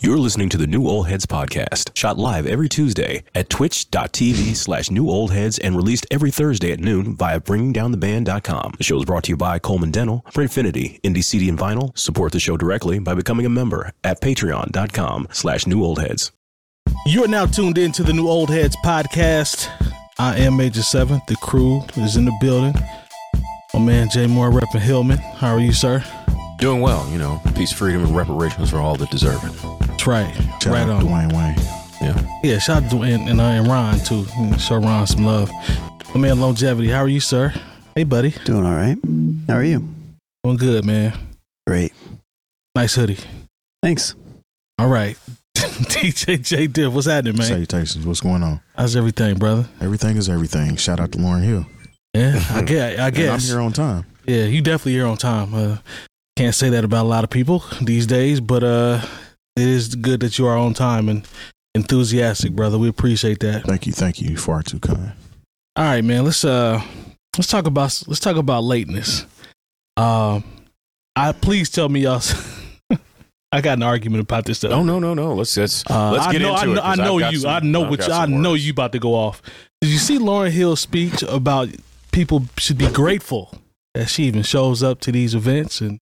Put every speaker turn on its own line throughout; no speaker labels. You're listening to the New Old Heads podcast, shot live every Tuesday at twitch.tv slash new old heads and released every Thursday at noon via bringingdowntheband.com. The show is brought to you by Coleman Dental, Printfinity, Indie CD and Vinyl. Support the show directly by becoming a member at patreon.com slash new old heads.
You are now tuned in to the New Old Heads podcast. I am Major Seventh. The crew is in the building. My man Jay Moore repping Hillman. How are you, sir?
Doing well, you know, peace, freedom, and reparations for all that deserve it.
That's right.
Shout
right
out
on.
Dwayne Wayne.
Yeah.
Yeah, shout out to Dwayne and, uh, and Ron too. You know, Show Ron some love. My man Longevity. How are you, sir? Hey, buddy.
Doing all right. How are you?
Doing good, man.
Great.
Nice hoodie.
Thanks.
All right. DJ J Diff, what's happening, man?
Salutations. What's going on?
How's everything, brother?
Everything is everything. Shout out to Lauren Hill.
Yeah, I guess. I
And
guess.
I'm here on time.
Yeah, you definitely here on time. Uh, can't say that about a lot of people these days, but uh, it is good that you are on time and enthusiastic, brother. We appreciate that.
Thank you. Thank you. You far too kind.
All right, man. Let's uh, let's talk about let's talk about lateness. Um, I please tell me y'all. I got an argument about this
No,
though.
no, no, no. Let's let's
Uh,
let's
I
get
know,
into
I know,
it. 'cause
I know
I've got
you.
some-
I know
I've
what
got
you, I
some
know
words.
you about to go off. Did you see Lauren Hill's speech about people should be grateful that she even shows up to these events and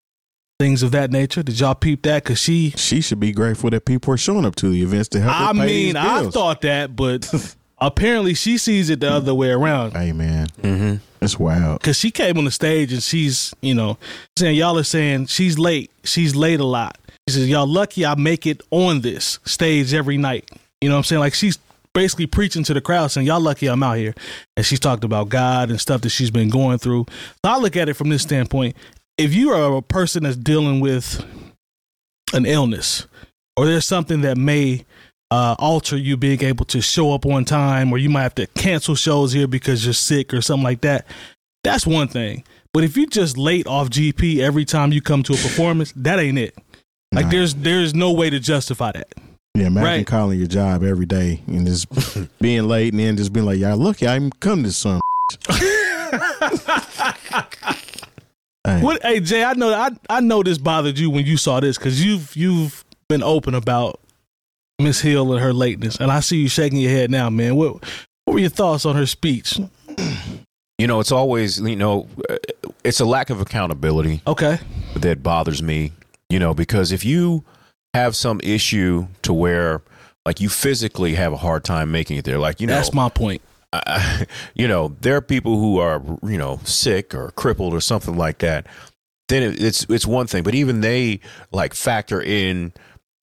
things of that nature? Did y'all peep that? Cause she,
She should be grateful that people are showing up to the events to help. her
I
pay
mean,
these
I
bills.
thought that, but apparently she sees it the other way around.
Hey man,
Mhm.
it's wild.
Cause she came on the stage and she's, you know, saying y'all are saying she's late. She's late a lot. She says y'all lucky I make it on this stage every night. You know what I'm saying? Like she's basically preaching to the crowd saying y'all lucky I'm out here. And she's talked about God and stuff that she's been going through. So I look at it from this standpoint. If you are a person that's dealing with an illness or there's something that may uh, alter you being able to show up on time or you might have to cancel shows here because you're sick or something like that that's one thing but if you just late off gp every time you come to a performance that ain't it like
Nah.
there's there's no way to justify that
Yeah, imagine
Right.
calling your job every day and just being late and then just being like, "Y'all lucky I even come this summer." Hey,
what hey jay i know i, I know this bothered you when you saw this because you've you've been open about miss hill and her lateness and i see you shaking your head now man what what were your thoughts on her speech
You know, it's always you know, uh, it's a lack of accountability.
okay
that bothers me, you know, because if you have some issue to where like you physically have a hard time making it there, like you know,
that's my point
I, you know, there are people who are you know sick or crippled or something like that. Then it, it's it's one thing, but even they like factor in,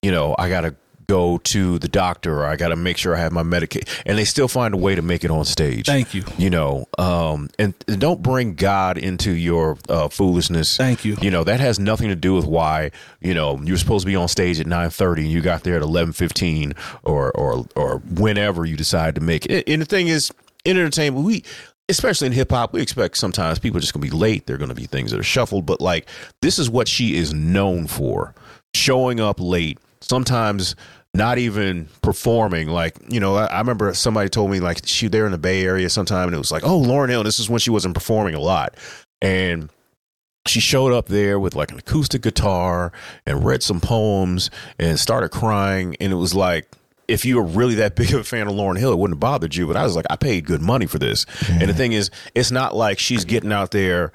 you know, I gotta go to the doctor or I gotta make sure I have my medication, and they still find a way to make it on stage.
thank you
you know, um, and, and don't bring God into your uh, foolishness.
thank you
You know that has nothing to do with why you know you were supposed to be on stage at nine thirty and you got there at eleven fifteen or or or whenever you decide to make it. And the thing is, in entertainment, we especially in hip hop, we expect sometimes people are just gonna be late. They're gonna be things that are shuffled, but like this is what she is known for: showing up late. Sometimes not even performing. Like you know, I, I remember somebody told me like she there in the Bay Area sometime, and it was like, oh, Lauren Hill. This is when she wasn't performing a lot, and she showed up there with like an acoustic guitar and read some poems and started crying and it was like if you were really that big of a fan of Lauren Hill, it wouldn't have bothered you. But I was like, I paid good money for this. And the thing is, it's not like she's getting out there,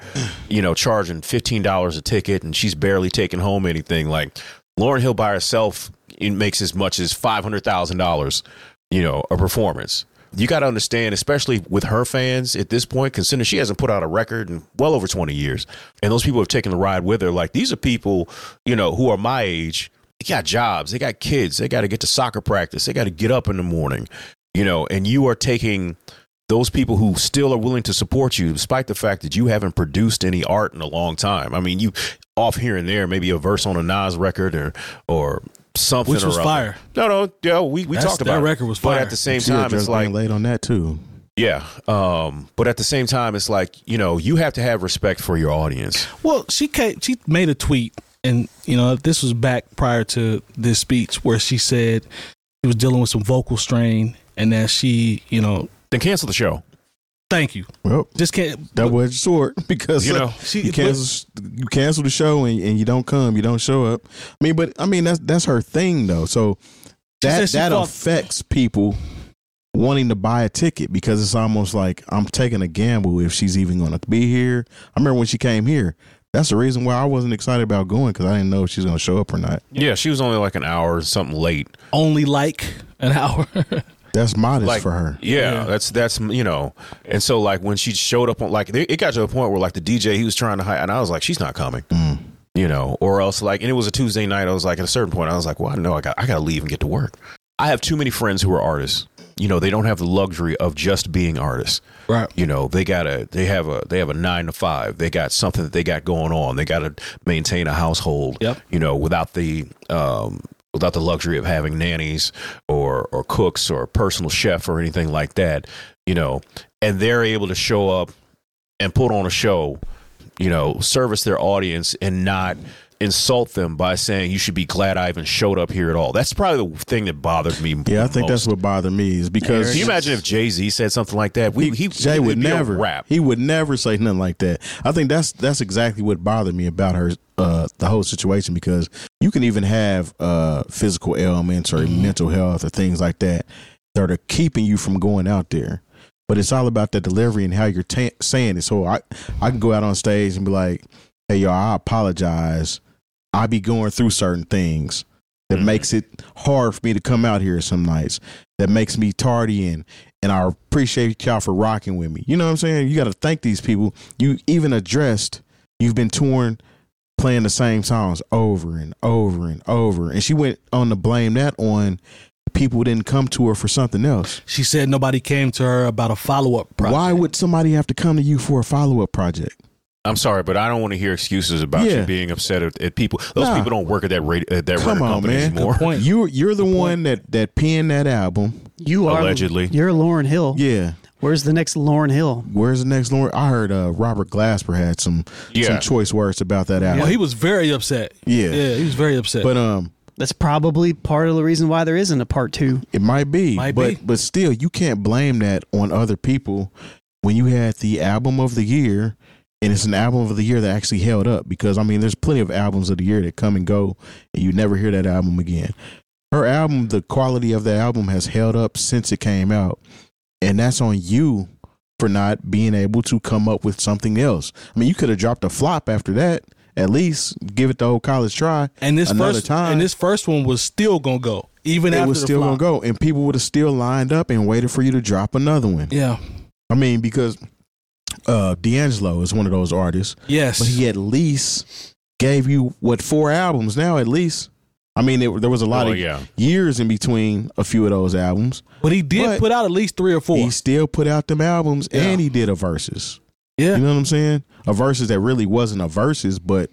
you know, charging fifteen dollars a ticket and she's barely taking home anything. Like Lauren Hill by herself it makes as much as five hundred thousand dollars, you know, a performance. You got to understand, especially with her fans at this point, considering she hasn't put out a record in well over 20 years, and those people have taken the ride with her. Like these are people, you know, who are my age. They got jobs, they got kids, they got to get to soccer practice, they got to get up in the morning, you know, and you are taking those people who still are willing to support you, despite the fact that you haven't produced any art in a long time. I mean, you off here and there, maybe a verse on a Nas record or or something,
which was
or other.
fire
No, no, yeah, we, we
That's-
talked about
that
it.
record was
but
fire
at the same
she was
time, it's
just
like
being late on that too.
yeah, um, but at the same time, it's like you know you have to have respect for your audience.
Well, she came, she made a tweet, and you know this was back prior to this speech where she said she was dealing with some vocal strain, and that she, you know,
Then cancel the show.
Thank you.
Well,
Just can't.
that was short because
You
uh,
know,
she-
you cancel you cancel the show and, and you don't come, you don't show up. I mean, but I mean that's that's her thing though. So that
said she
that
felt-
affects people wanting to buy a ticket because it's almost like I'm taking a gamble if she's even going to be here. I remember when she came here. That's the reason why I wasn't excited about going because I didn't know if she's going to show up or not.
Yeah, she was only like an hour or something late.
only like an hour.
That's modest
Like
for her.
Yeah, that's that's you know, and so like when she showed up on like they- it got to a point where like the DJ he was trying to hide, and I was like, she's not coming.
Mm.
You know, or else like, and it was a Tuesday night. I was like, at a certain point, I was like, well, I know I got I got to leave and get to work. I have too many friends who are artists. You know, they don't have the luxury of just being artists.
Right.
You know, they got to they have a they have a 9 to 5. They got something that they got going on. They got to maintain a household,
Yep.
you know, without the um without the luxury of having nannies or or cooks or a personal chef or anything like that, you know. And they're able to show up and put on a show, you know, service their audience and not insult them by saying you should be glad I even showed up here at all. That's probably the thing that bothered me.
Yeah, I
most.
think that's what bothered me is because
Can you imagine if Jay Z said something like that? We, he,
Jay
he
would
be a
never
rap.
He would never say nothing like that. I think that's that's exactly what bothered me about her uh, the whole situation because you can even have uh, physical ailments or
Mm-hmm.
mental health or things like that that are keeping you from going out there. But it's all about the delivery and how you're ta saying it. So I I can go out on stage and be like, "Hey y'all, I apologize. I be going through certain things." That
Mm-hmm.
makes it hard for me to come out here some nights. That makes me tardy and and I appreciate y'all for rocking with me. You know what I'm saying? You got to thank these people. You even addressed you've been touring playing the same songs over and over and over. And she went on to blame that on people who didn't come to her for something else.
She said nobody came to her about a follow up project.
Why would somebody have to come to you for a follow up project?
I'm sorry, but I don't want to hear excuses about
Yeah.
you being upset at, at people. Those
Nah.
people don't work at that radio, at that
Come
record
on,
company
man.
anymore.
Good point.
You you're the one that that penned that album.
You are
Allegedly.
You're Lauren Hill.
Yeah.
Where's the next Lauren Hill?
Where's the next Lauren? I heard uh, Robert Glasper had some
Yeah.
some choice words about that album.
Well, he was very upset.
Yeah.
Yeah, he was very upset.
but um
That's probably part of the reason why there isn't a part two.
It might be,
Might
but
be.
but still, you can't blame that on other people when you had the album of the year, and it's an album of the year that actually held up. Because I mean, there's plenty of albums of the year that come and go, and you never hear that album again. Her album, the quality of the album has held up since it came out, and that's on you for not being able to come up with something else. I mean, you could have dropped a flop after that. At least give it the whole college try.
and this
another
first
time
and this first one was still gonna go even
it
after
was
the
still
flop.
gonna go, and people would have still lined up and waited for you to drop another one.
Yeah.
I mean, because uh D'Angelo is one of those artists,
Yes.
but he at least gave you what four albums now at least. I mean, it, there was a lot
Oh,
of
yeah.
years in between a few of those albums.
But he did
But-
put out at least three or four.
He still put out them albums,
Yeah.
and he did a verses.
yeah.
You know what I'm saying? A verses that really wasn't a verses, but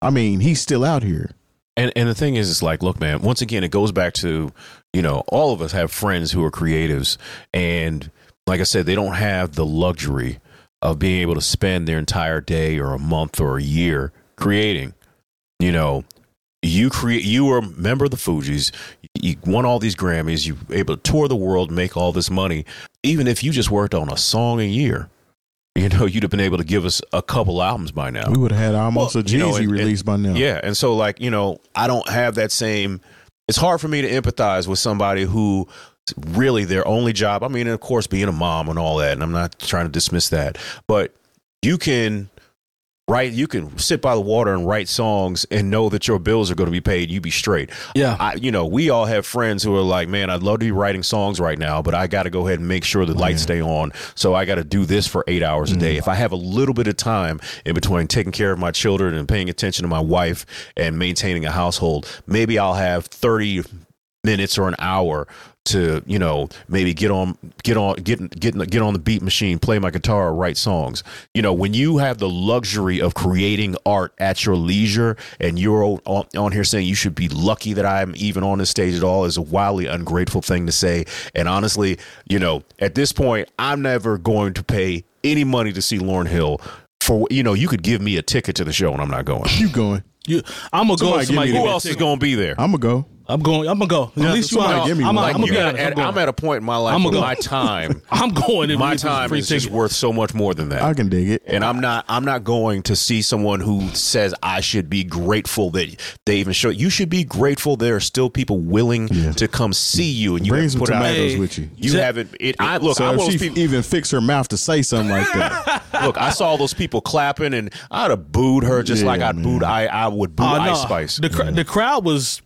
I mean, he's still out here.
And and the thing is, it's like, look, man. Once again, it goes back to you know, all of us have friends who are creatives, and like I said, they don't have the luxury of being able to spend their entire day or a month or a year creating. You know, you create. You were a member of the Fugees. You won all these Grammys. You were able to tour the world, make all this money. Even if you just worked on a song a year, you know, you'd have been able to give us a couple albums by now.
We would have had almost
Well,
a Jeezy
you know, and- and-
release by now.
Yeah. And so, like, you know, I don't have that same. It's hard for me to empathize with somebody who really their only job. I mean, of course, being a mom and all that. And I'm not trying to dismiss that. But you can write, you can sit by the water and write songs and know that your bills are going to be paid. You be straight.
Yeah.
I, you know, we all have friends who are like, man, I'd love to be writing songs right now, but I got to go ahead and make sure the lights stay on. So I got to do this for eight hours a day. If I have a little bit of time in between taking care of my children and paying attention to my wife and maintaining a household, maybe I'll have 30 minutes or an hour to you know maybe get on get on get get get on the beat machine play my guitar or write songs you know when you have the luxury of creating art at your leisure and you're on, on here saying you should be lucky that I'm even on this stage at all is a wildly ungrateful thing to say and honestly you know at this point I'm never going to pay any money to see Lauren Hill for you know you could give me a ticket to the show and I'm not going
You going?
You, I'm gonna go.
Somebody
if
give me
Somebody
the-
give
who
me a
else is
ticket.
going to be there
I'm gonna go.
I'm going. I'm gonna go. At
Yeah,
least you
somebody
out.
give me
I'm,
one.
out. I'm, gonna
Like,
You
be
gotta
honest,
add-
I'm,
I'm at a point in my life
I'm
where
gonna go.
my time,
I'm going. if
my
it's a
time
free
is just
ticket.
worth so much more than that.
I can dig it.
and I'm not I'm not going to see someone who says I should be grateful that they even show you should be grateful there are still people willing
Yeah.
to come see you and you
Bring
haven't
some
put out
tomatoes
Hey.
with you.
you
Zach-
haven't it I look
So
I
if
want
she
people
even fix her mouth to say something like that,
Look, I saw those people clapping, and I'd have booed her just
Yeah,
like I'd
man.
booed I I would boo
Oh,
Ice
no.
Spice.
The, cr- the crowd was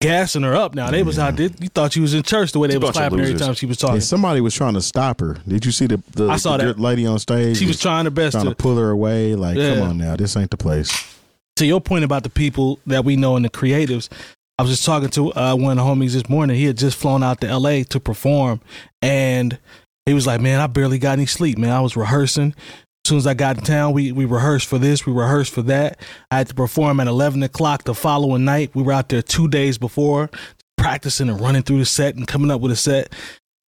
gassing her up. Now they was out there. You thought you was in church the way they
It's a
was
bunch of
clapping every
losers.
time she was talking.
and somebody was trying to stop her. Did you see the the,
I saw
the
that.
lady on stage?
She was trying her best
trying to
to.
pull her away. Like,
Yeah.
come on now, this ain't the place.
To your point about the people that we know and the creatives, I was just talking to uh, one of the homies this morning. He had just flown out to L.A. to perform, and he was like, "Man, I barely got any sleep. Man, I was rehearsing." As soon as I got in town, we, we rehearsed for this, we rehearsed for that. I had to perform at 11 o'clock the following night. We were out there two days before, practicing and running through the set and coming up with a set.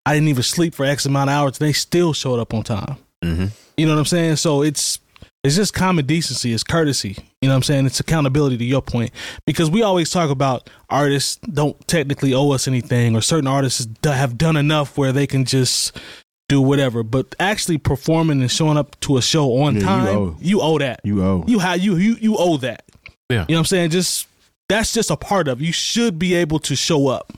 I didn't even sleep for X amount of hours. They still showed up on time.
Mm-hmm.
Mhm.
You know what I'm saying? So it's it's just common decency, it's courtesy. You know what I'm saying? It's accountability to your point because we always talk about artists don't technically owe us anything, or certain artists d- have done enough where they can just do whatever. But actually performing and showing up to a show on
Yeah, you
time,
owe.
you owe that.
You owe.
You how you you you owe that.
Yeah.
You know what I'm saying? Just that's just a part of. You should be able to show up.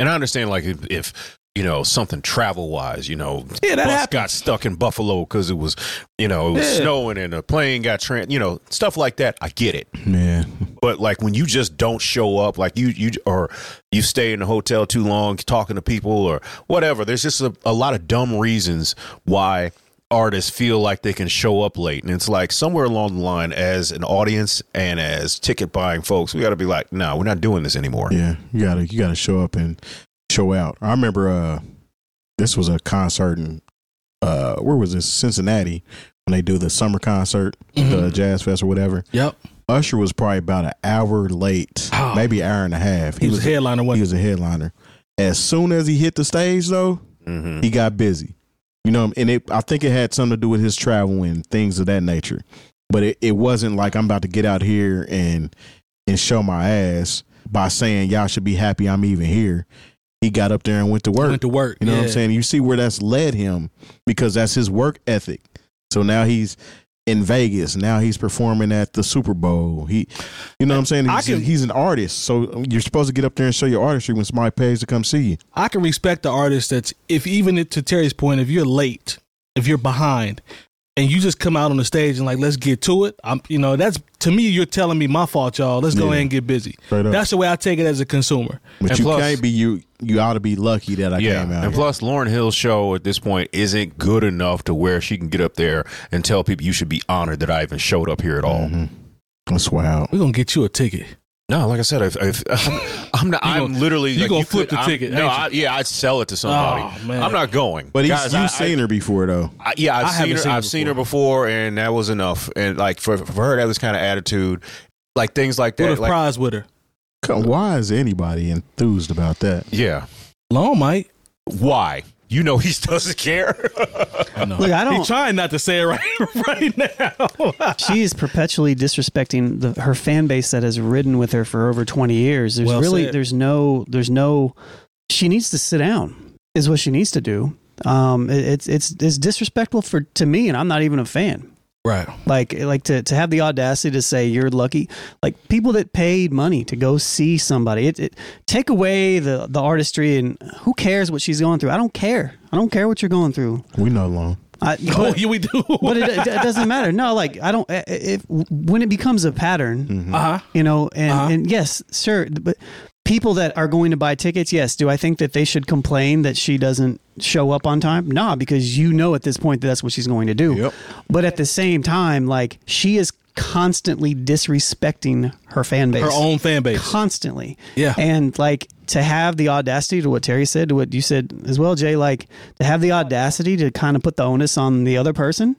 And I understand, like if, if you know something travel wise, you know,
Yeah, that
bus
happens.
got stuck in Buffalo because it was, you know, it was
Yeah.
snowing and a plane got trans, you know, stuff like that. I get it,
Man,
but like when you just don't show up, like you you or you stay in the hotel too long talking to people or whatever. There's just a, a lot of dumb reasons why artists feel like they can show up late, and it's like somewhere along the line, as an audience and as ticket buying folks, we got to be like, no, we're not doing this anymore.
Yeah, you gotta you gotta show up and show out. I remember uh this was a concert in uh where was this? Cincinnati when they do the summer concert,
Mm-hmm.
the jazz fest or whatever.
Yep.
Usher was probably about an hour late,
Oh.
maybe an hour and a half.
He was a headliner
he
one.
was a headliner. As soon as he hit the stage though,
hmm
he got busy. You know, and it I think it had something to do with his travel and things of that nature. But it, it wasn't like I'm about to get out here and and show my ass by saying y'all should be happy I'm even here. He got up there and went to work.
Went to work.
you know what I'm
yeah.
saying? You see where that's led him because that's his work ethic. So now he's in Vegas. Now he's performing at the Super Bowl. He, you know what I'm saying?
I
He's,
can-
he's an artist, so you're supposed to get up there and show your artistry when somebody pays to come see you.
I can respect the artist that's if even to Terry's point, if you're late, if you're behind, and you just come out on the stage and like let's get to it. I'm you know that's to me you're telling me my fault, y'all. Let's go
Yeah.
ahead and get busy.
Straight up.
That's the way I take it as a consumer.
But
And
you
plus-
can't be you. You ought to be lucky that I
Yeah,
came out.
and
here.
plus Lauren Hill's show at this point isn't good enough to where she can get up there and tell people you should be honored that I even showed up here at all.
Mhm. that's wild.
We're gonna get you a ticket.
No, like I said, if, if I'm, I'm not,
You
I'm
gonna-
literally
you
like,
gonna flip the
I'm-
ticket,
No,
ain't
I, yeah, I'd sell it to somebody.
Oh, man.
I'm not going.
But he's,
Guys,
you've
I-
seen her before though.
I, yeah, I've
I
seen
haven't
her.
seen her
I've seen her before, and that was enough. And like for for her, that was kind of attitude, like things like
What
that.
if
Like,
prize with her?
Come- Why is anybody enthused about that?
yeah,
Long might.
why? You know he doesn't care.
Look, I
He
don't.
trying not to say it right right now.
She is perpetually disrespecting the, her fan base that has ridden with her for over 20 years. There's
Well
really,
said.
there's no, there's no, she needs to sit down is what she needs to do. Um, it, it's, it's, it's disrespectful for, to me, and I'm not even a fan.
right.
Like, like to, to have the audacity to say you're lucky, like people that paid money to go see somebody, it, it take away the, the artistry and who cares what she's going through? I don't care. I don't care what you're going through.
We know long.
I,
Oh, yeah, we do.
but it, it doesn't matter. No, like I don't. If when it becomes a pattern,
Uh huh.
you know, and
Uh-huh.
and yes, sure, but people that are going to buy tickets, yes, do I think that they should complain that she doesn't show up on time? Nah, because you know at this point that that's what she's going to do.
Yep.
But at the same time, like she is constantly disrespecting her fan base
Her own fan base.
constantly.
Yeah.
And like to have the audacity to what Terry said, to what you said as well, Jay, like to have the audacity to kind of put the onus on the other person,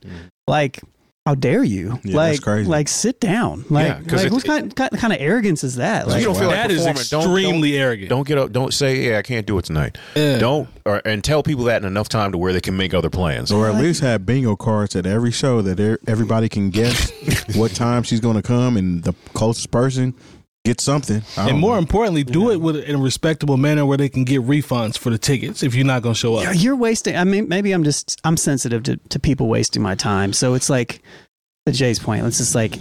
like how dare you?
Yeah,
like,
that's crazy.
like sit down. Like,
'cause
like
it-
what kind, kind, kind of arrogance is that? Like,
you don't feel like
That is
performing. Don't-
extremely arrogant.
Don't get up. Don't say, "Yeah, I can't do it tonight."
Yeah.
Don't or, and tell people that in enough time to where they can make other plans.
Or at least have bingo cards at every show that e- everybody can guess what time she's going to come, and the closest person get something. I don't
and more
know.
importantly, do it with in a respectable manner where they can get refunds for the tickets if you're not going to show up.
You're- You're wasting. I mean, maybe I'm just I'm sensitive to, to people wasting my time. So it's like, to Jay's point, it's just like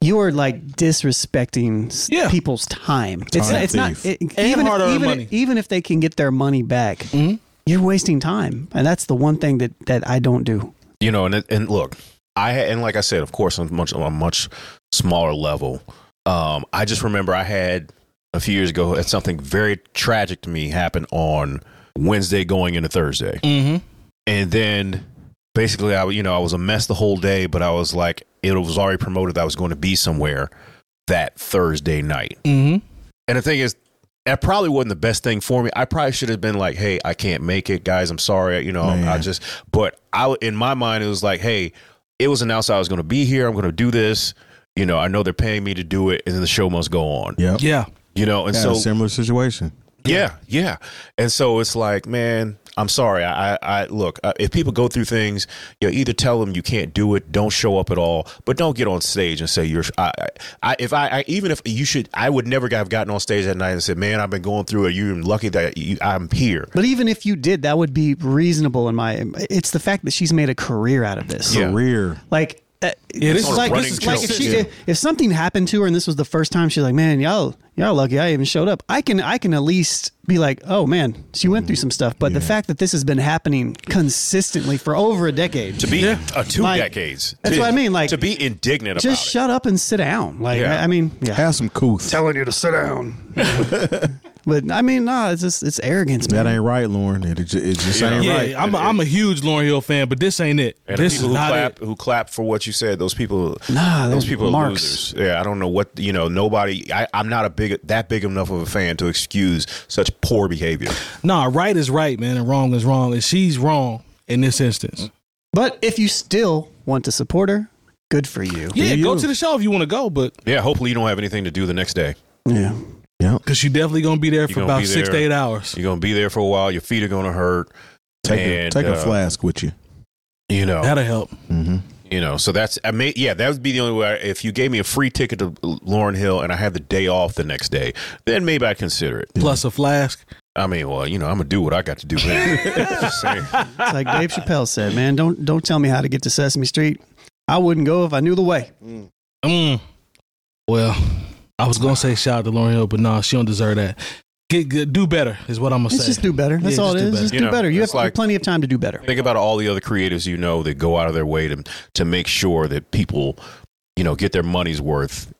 you are like disrespecting s-
Yeah.
people's time. It's
Time
it's not
thief.
it, even
hard-earned
even
money.
even if they can get their money back,
Mhm.
you're wasting time, and that's the one thing that that I don't do.
you know, and it- and look, I had- and like I said, of course, on much on a much smaller level. Um, I just remember I had a few years ago had something very tragic to me happen on Wednesday going into Thursday,
Mm-hmm.
and then basically I you know I was a mess the whole day, but I was like it was already promoted that I was going to be somewhere that Thursday night,
Mm-hmm.
and the thing is. That probably wasn't the best thing for me. I probably should have been like, "Hey, I can't make it, guys. I'm sorry. You know, I
Man.
just." But I, in my mind, it was like, "Hey, it was announced I was going to be here. I'm going to do this. You know, I know they're paying me to do it, and the show must go on.
Yep.
Yeah.
You know, and
Had
so
a similar situation.
yeah, yeah. And so it's like, man, I'm sorry. I, I, I look. Uh, if people go through things, you know, either tell them you can't do it, don't show up at all, but don't get on stage and say you're. I, I- I if I, I even if you should, I would never have gotten on stage that night and said, man, I've been going through it. You're lucky that you, I'm here.
But even if you did, that would be reasonable in my. It's the fact that she's made a career out of this.
Yeah.
Career.
Like, uh,
Yeah, this
it's
is
like,
running
this is like if,
joke,
she,
yeah.
if, if something happened to her and this was the first time she's like, man, y'all, y'all lucky I even showed up. I can, I can at least be like, oh man, she went through some stuff. But the fact that this has been happening consistently for over a decade,
To be uh, two
Like,
decades.
that's
to,
what I mean, like,
to be indignant about
just
it.
shut up and sit down. Like,
Yeah.
I, I mean, yeah.
Have some couth.
Telling you to sit down. but I mean, no, it's just, it's arrogance, man.
that ain't right, Lauren. It, it ju- it just ain't
Yeah,
right.
I'm a, I'm a huge Lauren Hill fan, but this ain't it.
And the
this is
people who
not
clap,
it.
who clap for what you said, those people,
Nah,
those
they're
people are
marks.
losers. Yeah, I don't know what you know. Nobody, I, I'm not a big that big enough of a fan to excuse such poor behavior.
Nah, right is right, man, and wrong is wrong, and she's wrong in this instance.
But if you still want to support her, good for you.
Yeah,
you.
go to the show if you want to go, but
Yeah, hopefully you don't have anything to do the next day.
Yeah.
because you're definitely gonna be there for
gonna
about
be
six to
there.
eight hours.
You're gonna be there for a while. Your feet are gonna hurt.
Take, a,
And,
take a
uh,
flask with you.
You know,
That'll help.
Mm-hmm.
you know. So that's I mean, yeah, that would be the only way. If you gave me a free ticket to Lauren Hill and I had the day off the next day, then maybe I consider it.
Plus a flask.
I mean, well, you know, I'm gonna do what I got to do. Just saying.
It's like Dave Chappelle said, man, don't don't tell me how to get to Sesame Street. I wouldn't go if I knew the way.
Mm. Well, I was gonna say shout out to Lauren Hill, but nah, she don't deserve that. Get, get do better is what I'm gonna
Let's
say.
just do better. That's
Yeah,
all
just
it
do
is.
better.
Just
You
do
know,
better. You have
it's like-
plenty of time to do better.
Think about all the other creatives you know that go out of their way to to make sure that people, you know, get their money's worth.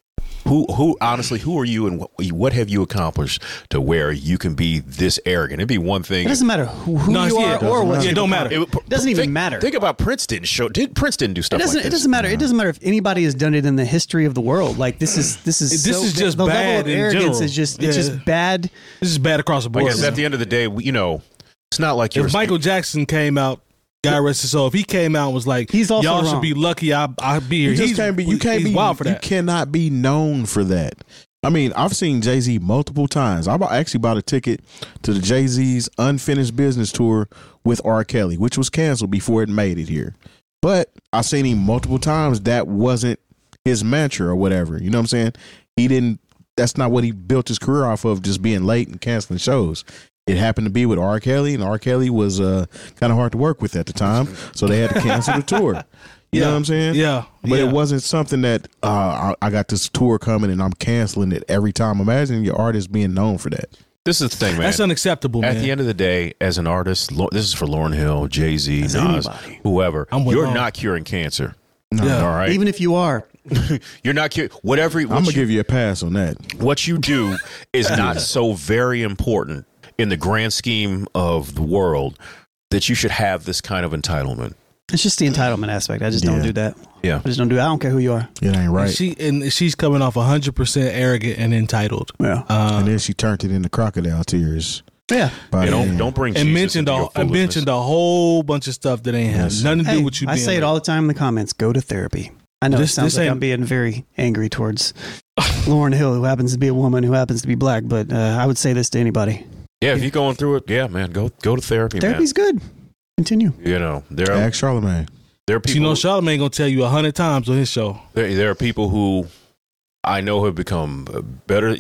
Who who honestly who are you and what, what have you accomplished to where you can be this arrogant? It'd be one
It
thing.
doesn't matter who, who
No,
you
yeah,
are or
doesn't
what
matter.
you
It don't matter.
It-
doesn't even
think-
matter.
Think about Prince didn't show did Prince didn't do
It
stuff
doesn't.
like
it
this.
doesn't matter. It doesn't matter if anybody has done it in the history of the world. Like this is this is
This
so-
is just
the level
bad
of
in
arrogance
general.
is just it's
Yeah.
just bad.
this is bad across the
I
board.
guess at the end of the day, we- you know, it's not like you're
if Michael Jackson came out, God rest his soul, if he came out and was like,
He's also
y'all
wrong.
should be lucky I I be here.
You just
He's-
can't be. You can't
he's
be.
wild for
you
that.
cannot be known for that. I mean, I've seen Jay Z multiple times. I bought- actually bought a ticket to the Jay Z's unfinished business tour with R. Kelly, which was canceled before it made it here. But I've seen him multiple times. That wasn't his mantra or whatever. You know what I'm saying? He didn't. That's not what he built his career off of. Just being late and canceling shows. It happened to be with R. Kelly, and R. Kelly was uh, kind of hard to work with at the time, so they had to cancel the tour. You know
Yeah.
what I'm saying?
Yeah,
But
yeah.
it wasn't something that uh, I, I got this tour coming and I'm canceling it every time. Imagine your artist being known for that.
this is the thing, man.
That's unacceptable,
At
man.
the end of the day, as an artist, Lo- this is for Lauren Hill, Jay Z, Nas,
anybody.
whoever.
I'm with
you're
Lauren.
not curing cancer.
Yeah.
All right.
Even if you are,
you're not curing whatever. what
I'm
you-
gonna give you a pass on that.
what you do is not so very important in the grand scheme of the world that you should have this kind of entitlement.
it's just the entitlement aspect. I just don't
Yeah.
do that.
Yeah.
I just don't do. I don't care who you are.
It ain't
And
right.
She and she's coming off 100 percent arrogant and entitled.
Yeah.
and
Uh,
then she turned it into crocodile tears.
Yeah.
By
You
the
don't
end.
don't bring
and
Jesus
mentioned
into
a,
your
and
foolishness.
mentioned a whole bunch of stuff that ain't
Yes.
have nothing to do
Hey,
with you.
I
being
say it
late.
all the time in the comments. Go to therapy. I know
This-
it sounds
this
like
ain't-
I'm being very angry towards Lauren Hill, who happens to be a woman, who happens to be black. But uh, I would say this to anybody:
Yeah, if you're going through it, yeah, man, go go to therapy,
therapy's good. Continue.
man. You know, there are,
Ask Charlemagne.
there are
You
people
know, Charlamagne gonna tell you a hundred times on his show.
there, there are people who I know have become uh, better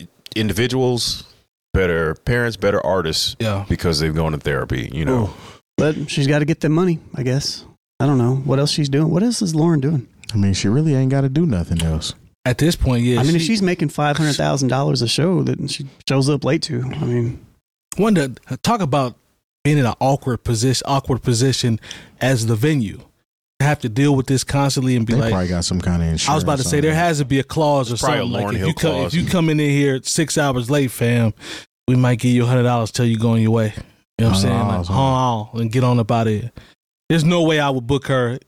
individuals, better parents, better artists
Yeah.
because they've gone to therapy. You know,
But she's got to get the money, I guess. I don't know what else she's doing. What else is Lauren doing?
I mean, she really ain't got to do nothing else.
At this point, yeah.
I mean, if
she-
she's making five hundred thousand dollars a show that she shows up late to, I mean,
one to talk about being in an awkward position, awkward position as the venue, to have to deal with this constantly and be
They
like,
probably got some kind of insurance.
I was about to say
on
there
it.
has to be a clause or
Probably a
something. Like
Lauryn
if
Hill
you, come,
clause.
if you come in here six hours late, fam, we might give you hundred dollars till you go on your way. You know what I'm saying?
Hundred
Like,
dollars,
huh, and get on about it. There's no way I would book her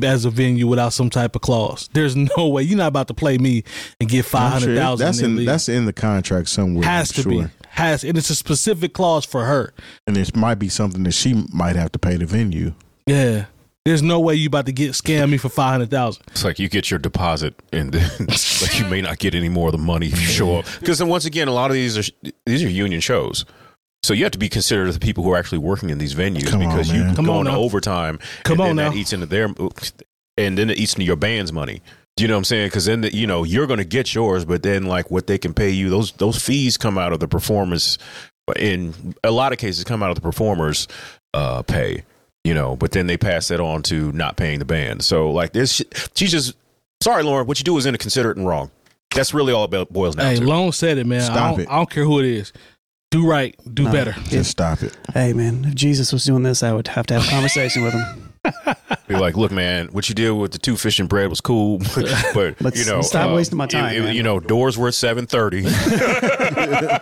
as a venue without some type of clause. There's no way. You're not about to play me and get five
I'm sure
hundred thousand.
That's in that's in the contract somewhere.
has
I'm
to
sure.
be has, and it's a specific clause for her.
and this might be something that she might have to pay the venue.
Yeah. There's no way you about to get scam me for five hundred thousand.
it's like you get your deposit and then like you may not get any more of the money if you show up. Because then once again, a lot of these are these are union shows. So you have to be considerate of the people who are actually working in these venues
Come on,
because you
man.
Come
go
on
into
now.
overtime.
Come
and
on
then
now.
that eats into their, and then it eats into your band's money. Do you know what I'm saying? Because then the, you know you're going to get yours, but then like what they can pay you, those those fees come out of the performance. In a lot of cases, come out of the performers' uh, pay. You know, but then they pass that on to not paying the band. So like this, sh- she's just sorry, Lauren. What you do is inconsiderate and wrong. That's really all it boils down
Hey,
to.
Lone said it, man. I,
Stop
don't,
it.
I don't care who it is. Do right, do
No.
better.
Just stop it.
hey, man, if Jesus was doing this, I would have to have a conversation with him.
Be like, look, man, what you did with the two fish and bread was cool, but
Let's
you know,
stop wasting my
it-
time,
it-
man.
you know, doors were at seven thirty.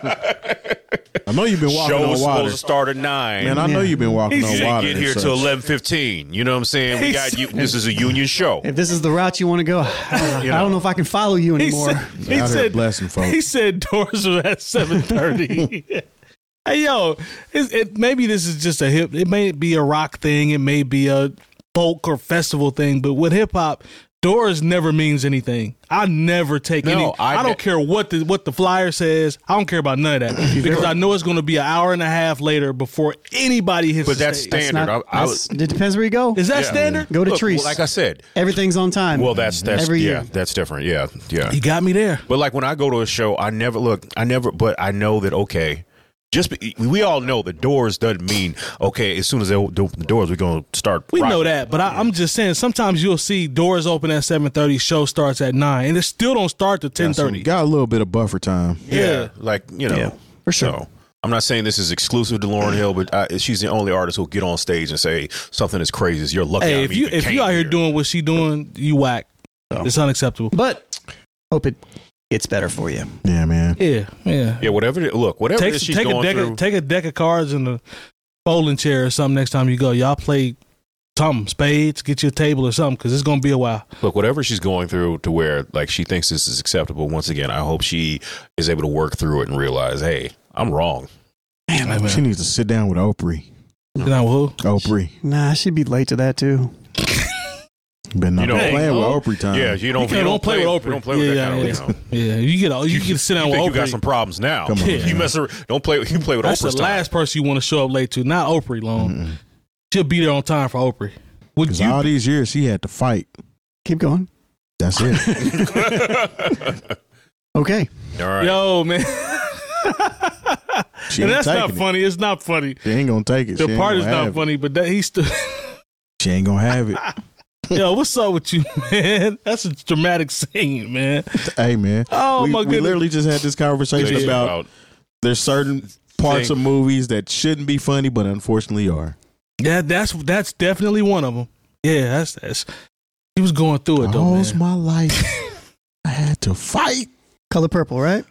I know you've been walking
Show was
on water,
supposed to start at nine.
man. I know
Yeah.
you've been walking
you
on
didn't
water.
get
and
here
such.
till eleven fifteen. You know what I'm saying? We got you. This is a union show.
If this is the route you want to go, I don't know if I can follow you
He
anymore.
said, he
Out here
said,
blessing
he
folks.
said doors were at seven thirty. hey, yo, it's, it, maybe this is just a hip. It may be a rock thing. It may be a folk or festival thing. But with hip hop, doors never means anything. I never take
No,
any.
I
I,
ne-
don't care what the what the flyer says. I don't care about none of that because I know it's going to be an hour and a half later before anybody hits.
But
the
that's
stage.
standard.
It's not-
I- I
that's- it depends where you go.
Is that
Yeah.
standard?
Go to
Look,
trees.
Like I said,
Everything's on time.
well, that's that's
Every
yeah,
year.
that's different. Yeah, yeah.
You got me there.
But like when I go to a show, I never look. I never, but I know that okay. Just be, we all know the doors doesn't mean okay. As soon as they open the doors, we're gonna start.
We
rocking.
know that, but I, I'm just saying. Sometimes you'll see doors open at seven thirty, show starts at nine, and it still don't start to ten
Got some-
thirty.
Got a little bit of buffer time.
Yeah, like you know,
Yeah, for sure.
so, I'm not saying this is exclusive to Lauren Hill, but I, she's the only artist who'll get on stage and say something as crazy as "You're lucky."
Hey,
I'm
if you
even
if
came
you out here, doing what she doing, you whack. It's unacceptable.
but hope it gets better for you.
Yeah, man.
Yeah, yeah.
yeah, whatever. it- Look, whatever
Take
it is she's
take a
going
deck
through.
of, take a deck of cards and a folding chair or something next time you go. Y'all play something spades, get you a table or something because it's gonna be a while.
look, whatever she's going through to where like she thinks this is acceptable. Once again, I hope she is able to work through it and realize, hey, I'm wrong.
Damn it,
She needs to sit down with Oprah.
who?
Oprah.
Nah, I should be late to that too.
Been not
You know,
playing
oh,
with Oprah time.
Yeah, you don't.
You can't- don't play with Oprah.
You don't play with
Yeah,
that
yeah,
kind
yeah.
of. You know.
Yeah, you get all you, get to sit down
you
with
think
Oprah.
you got some problems now.
Come on,
Yeah. You
man.
mess. ar- Don't play. You play with
That's
Oprah's
the
time. Mm-hmm.
last person you want to show up late to. Not Oprah Long.
Mm-mm.
She'll be there on time for Oprah. Would
'Cause
you?
all these years she had to fight.
Keep going.
That's it.
Okay.
All right.
Yo, man.
She
and
ain't
that's not
taking it.
funny. It's not funny.
She ain't gonna take it.
The
she
part
ain't
is
gonna have
not
it.
funny, but that he's still.
She ain't gonna have it.
Yo, what's up with you, man? That's a dramatic scene, man.
hey, man.
Oh
we,
my
we
goodness.
literally just had this conversation
Just
about there's certain parts
Thing.
of movies that shouldn't be funny, but unfortunately are.
Yeah, that's that's definitely one of them. Yeah, that's that's. He was going through it though,
All
man.
Oh, my life, I had to fight.
Color purple, right?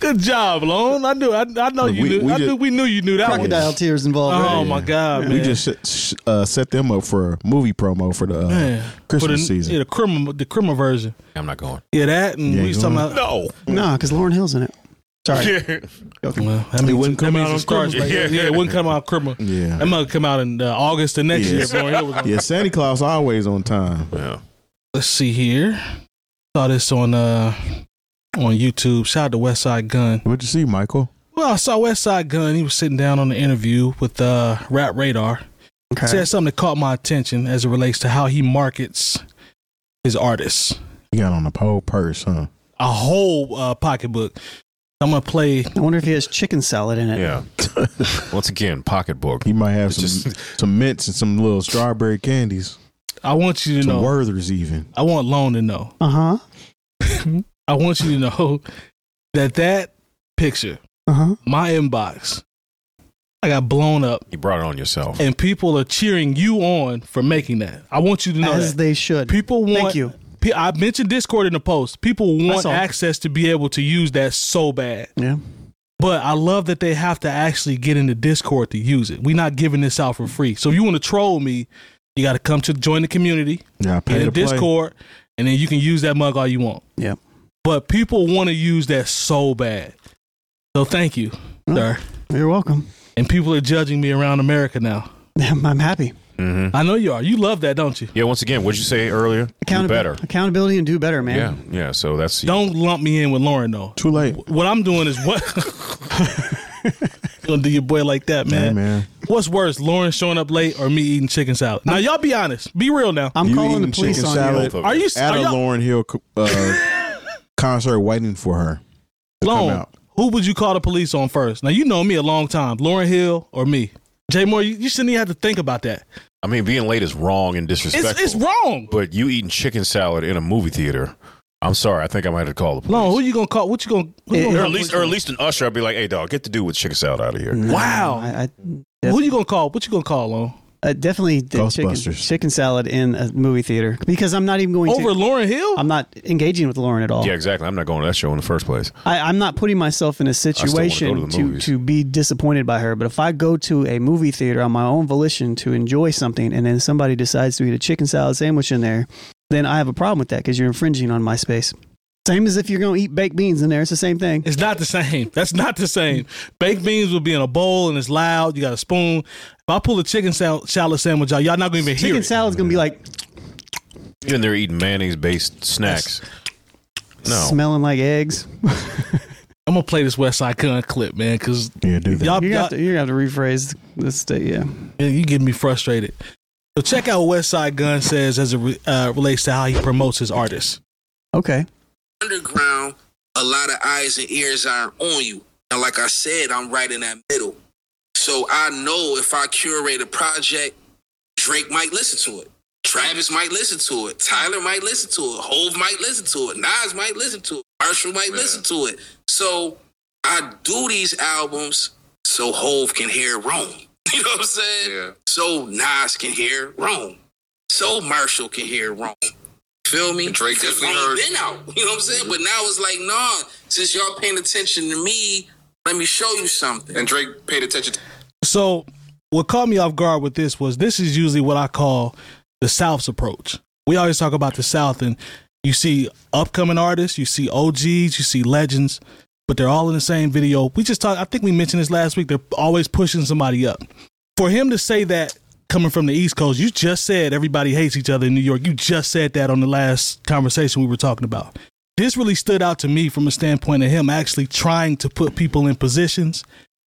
Good job, Lone. I knew. I, I know
Look,
you
we-
knew.
we
I
just-
knew we knew you knew that one.
Crocodile tears involved.
Oh
right?
my god, man.
We just sh- sh- uh, set them up for a movie promo for the uh,
Man. For
Christmas
the,
season.
Yeah, the criminal, the criminal version.
I'm not going.
Yeah, that and
You
we
ain't
was talking
going?
about.
No.
No, because Lauren Hill's in it. Sorry.
Well, that means,
wouldn't come
that means
out
it
on
starts
Christmas,
right there.
yeah.
Yeah, it wouldn't come out criminal.
yeah.
That might come out in uh, August the next
Yes.
year. Lauren Hill was on.
yeah, Santa Claus always on time.
Yeah.
Let's see here. Saw this on uh on YouTube. Shout out to West Side Gun.
What'd you see, Michael?
Well, I saw West Side Gun. He was sitting down on the interview with uh Rap Radar.
Okay.
Said something that caught my attention as it relates to how he markets his artists.
You got on a pole purse, huh?
A whole uh, pocketbook. I'm gonna play.
I wonder if he has chicken salad in it.
Yeah. Once again, pocketbook.
You might have some
Just-
some mints and some little strawberry candies.
I want you to
Some
know.
Werthers even.
I want Lone to know.
Uh huh.
I want you to know that that picture,
Uh huh.
my inbox, I got blown up,
You brought it on yourself.
and people are cheering you on for making that. I want you to know
As
that.
they should.
people want.
Thank you.
Pe- I mentioned Discord in the post. People
That's
want
all.
access to be able to use that so bad.
Yeah.
But I love that they have to actually get into Discord to use it. We're not giving this out for free. So if you want to troll me, you got to come to join the community,
Yeah, I paid
get
a
in Discord, and then you can use that mug all you want.
Yeah.
But people want to use that so bad. So thank you,
Hmm?
sir.
You're welcome.
And people are judging me around America now.
I'm happy.
hmm
I know you are. You love that, don't you?
Yeah. Once again, what'd you say earlier? Do
Accountab-
better.
Accountability and do better, man.
Yeah. Yeah. So that's
Don't lump me in with Lauren though.
Too late,
What I'm doing is what. Gonna do your boy like that, man.
man. man.
What's worse, Lauren showing up late or me eating chicken salad? Now y'all be honest, be real now.
I'm
You
calling the
eating
police
chicken
on
salad
you.
Both of
Are
them.
you?
at
Are
a
y'all
Lauren Hill co- uh, concert waiting for her. to come
Lauren?
out.
Who would you call the police on first? Now you know me a long time, Lauren Hill or me? Jay Moore, you, you shouldn't even have to think about that.
I mean, being late is wrong and disrespectful.
It's, it's wrong.
But you eating chicken salad in a movie theater. I'm sorry. I think I might have to call the police.
Lauren, who you gonna call? What you gonna? Who you gonna
or
call
at least,
police
or at
on?
least an usher. I'd be like, "Hey, dog, get the dude with chicken salad out of here."
Wow.
I, I
who you gonna call? What you gonna call on?
uh, definitely did chicken,
Ghostbusters.
chicken salad in a movie theater because I'm not even going
Over
to.
Lauren Hill?
I'm not engaging with Lauren at all.
Oh.
Yeah, exactly. I'm not going to that show in the first place.
I, I'm not putting myself in a
wanna go to the
situation to,
movies.
to be disappointed by her. But if I go to a movie theater on my own volition to enjoy something and then somebody decides to eat a chicken salad sandwich in there, then I have a problem with that because you're infringing on my space. Same as if you're going to eat baked beans in there. It's the same thing.
It's not the same. That's not the same. Baked beans will be in a bowl and it's loud. You got a spoon. If I pull a chicken sal- salad sandwich out, y'all not gonna even hear
Chicken
it.
salad's going to be like
Even they're eating mayonnaise-based snacks. No,
smelling like eggs.
I'm gonna play this West Side Gun clip, man, because
Yeah, do that.
y'all,
You're
y'all
going to you're gonna have to rephrase this. Day, yeah.
Man, you getting me frustrated. So check out what West Side Gun says as it re- uh, relates to how he promotes his artists.
Okay.
underground, a lot of eyes and ears are on you. And like I said, I'm right in that middle. So I know if I curate a project, Drake might listen to it. Travis might listen to it. Tyler might listen to it. Hove might listen to it. Nas might listen to it. Marshall might listen to it. So I do these albums so Hove can hear Rome. You know what I'm saying? So Nas can hear Rome. So Marshall can hear Rome. Feel me? Drake definitely heard. Mm-hmm. Been out. You know what I'm saying? But now it's like, nah. Since y'all paying attention to me, let me show you something. And Drake paid attention. To-
So what caught me off guard with this was this is usually what I call the South's approach. We always talk about the South, and you see upcoming artists, you see OGs, you see legends, but they're all in the same video. We just talked. I think we mentioned this last week. They're always pushing somebody up. For him to say that coming from the East Coast, you just said everybody hates each other in New York. You just said that on the last conversation we were talking about. This really stood out to me from a standpoint of him actually trying to put people in positions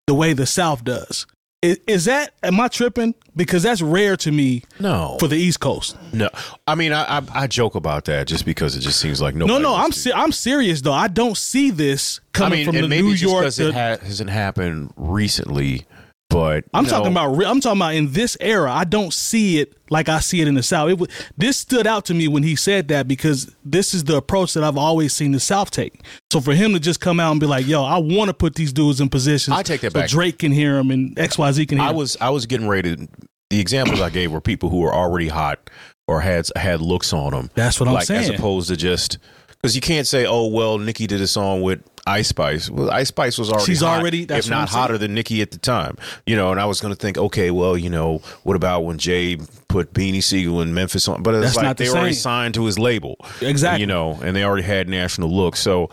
the way the South does. Is, is that am I tripping? Because that's rare to me
no,
for the East Coast.
no. I mean, I, I I joke about that just because it just seems like no.
No, no, I'm se- I'm serious though. I don't see this
I
coming
mean,
from
and
the
maybe
New
just
York.
'cause it
the-
ha- hasn't happened recently, but
I'm
no.
talking about. Re- I'm talking about in this era. I don't see it like I see it in the South. It w- this stood out to me when he said that because this is the approach that I've always seen the South take. So for him to just come out and be like, "Yo, I want to put these dudes in positions."
I take that
so
back.
Drake can hear him and X Y Z can hear.
I
him.
was I was getting ready. To, the examples I gave were people who were already hot or had had looks on them.
That's what I'm
like, As
saying.
opposed to just because you can't say, "Oh well, Nikki did a song with Ice Spice." Well, Ice Spice was already
She's
hot,
already- that's
if
what I'm
not
saying.
hotter than Nikki at the time. You know, and I was going to think, okay, well, you know, what about when Jay put Beanie Siegel in Memphis on? But it's
That's
like
not the
they were already
same.
signed to his label,
Exactly.
You know, and they already had national looks. So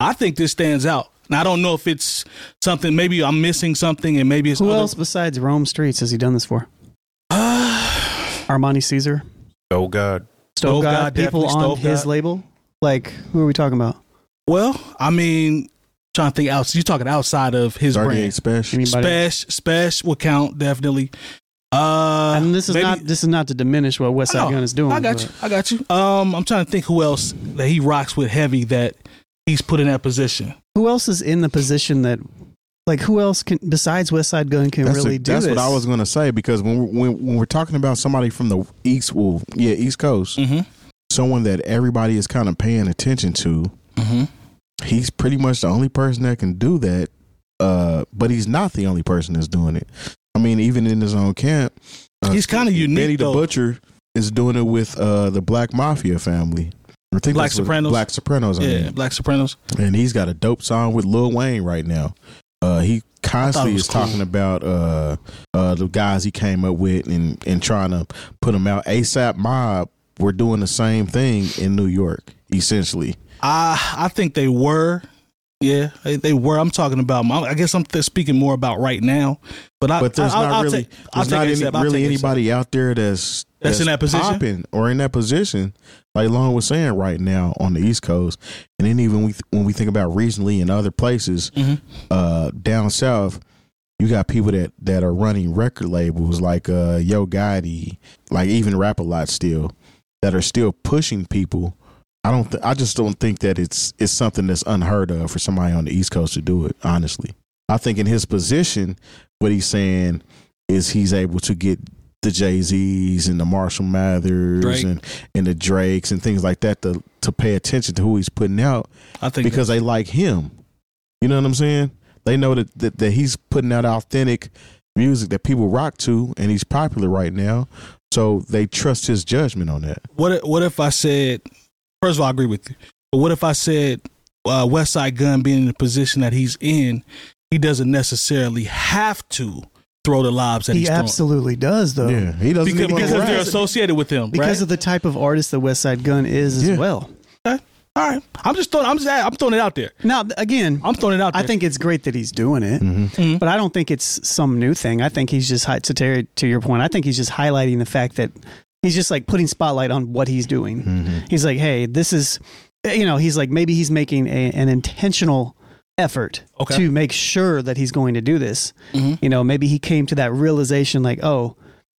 I think this stands out. And I don't know if it's something. Maybe I'm missing something, and maybe it's
Who
other-
else besides Rome Streets has he done this for? Armani Caesar,
oh god,
Stove
Stove God,
God, people
definitely
on
Stove
his
God.
label. Like, who are we talking about?
Well, I mean, trying to think out. You're talking outside of his
38
brand.
special.
Anybody?
Spesh, Spesh will count definitely. Uh,
and this is
maybe-
not this is not to diminish what West Side
No,
Gun is doing.
I got
but-
you. I got you. Um, I'm trying to think who else that he rocks with heavy that he's put in that position.
Who else is in the position that, like, who else can besides West Side Gun can
That's,
really
a-
do
that's
this?
what I was going to say because when we're, when, when we're talking about somebody from the east, well, yeah, East Coast,
Mm-hmm.
someone that everybody is kind of paying attention to,
Mm-hmm.
he's pretty much the only person that can do that. Uh, but he's not the only person that's doing it. I mean, even in his own camp, uh,
He's kinda unique,
Benny
though.
the Butcher is doing it with uh, the Black Mafia family. I think
Black
that's what-
Sopranos?
Black Sopranos. I
Yeah,
mean.
Black Sopranos.
and he's got a dope song with Lil Wayne right now. Uh, he constantly
was
is
cool.
talking about uh, uh, the guys he came up with and and trying to put them out. ASAP Mob were doing the same thing in New York, essentially.
I I think they were. Yeah, they, they were. I'm talking about. I guess I'm th- speaking more about right now. But I,
But there's
I, I'll-
not
I'll
really
take- I'll
there's not
take
any,
ASAP. I'll
really
take ASAP.
anybody out there that's
That's in that position?
popping or in that position. Like Long was saying right now on the East Coast, and then even we when we think about regionally and other places
Mhm.
uh, down south, you got people that that are running record labels like uh, Yo Gotti, like even Rap a Lot still, that are still pushing people. I don't. Th- I just don't think that it's it's something that's unheard of for somebody on the East Coast to do it. Honestly, I think in his position, what he's saying is he's able to get the Jay Z's and the Marshall Mathers
Drake.
and and the Drakes and things like that to to pay attention to who he's putting out
I think
because they like him. You know what I'm saying? They know that, that that he's putting out authentic music that people rock to, and he's popular right now. So they trust his judgment on that.
What if- what if I said? First of all, I agree with you. But what if I said uh, West Side Gun being in the position that he's in, he doesn't necessarily have to throw the lobs that
he
he's throwing
absolutely does though,
yeah, he doesn't
because,
even
because
wanna
they're
rap.
associated with him.
because
right?
of the type of artist that West Side Gun is as
Yeah.
well.
all right, I'm just throwing. I'm just I'm throwing it out there.
Now th- again,
I'm throwing it out there.
I think it's great that he's doing it,
Mhm.
but I don't think it's some new thing. I think he's just hi- to Terry to your point. I think he's just highlighting the fact that he's just like putting spotlight on what he's doing. He's like, hey, this is, you know, he's like maybe he's making a, an intentional effort
Okay.
to make sure that he's going to do this.
Mhm.
You know, maybe he came to that realization like, oh,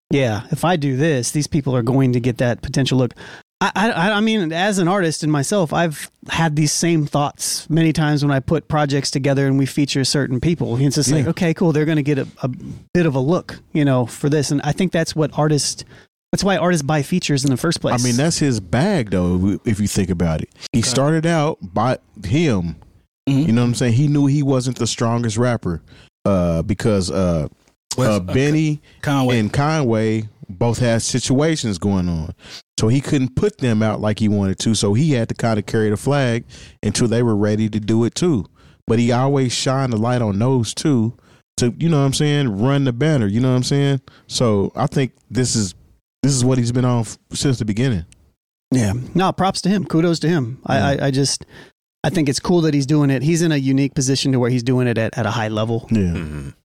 yeah, if I do this, these people are going to get that potential look. I, I, I mean, as an artist and myself, I've had these same thoughts many times when I put projects together and we feature certain people. It's just like, okay, cool, they're going to get a, a bit of a look, you know, for this. And I think that's what artists, that's why artists buy features in the first
I
place.
mean, that's his bag, though. If you think about it, he started out by him.
Mhm.
You know what I'm saying? He knew he wasn't the strongest rapper uh, because uh,
West-
uh, Benny
Conway.
and Conway both had situations going on. So he couldn't put them out like he wanted to. So he had to kind of carry the flag until they were ready to do it too. But he always shined the light on those two to, you know what I'm saying, run the banner. You know what I'm saying? So I think this is this is what he's been on f- since the beginning.
Yeah. No, props to him. Kudos to him. I, I, I just, I think it's cool that he's doing it. He's in a unique position to where he's doing it at, at a high level,
Yeah.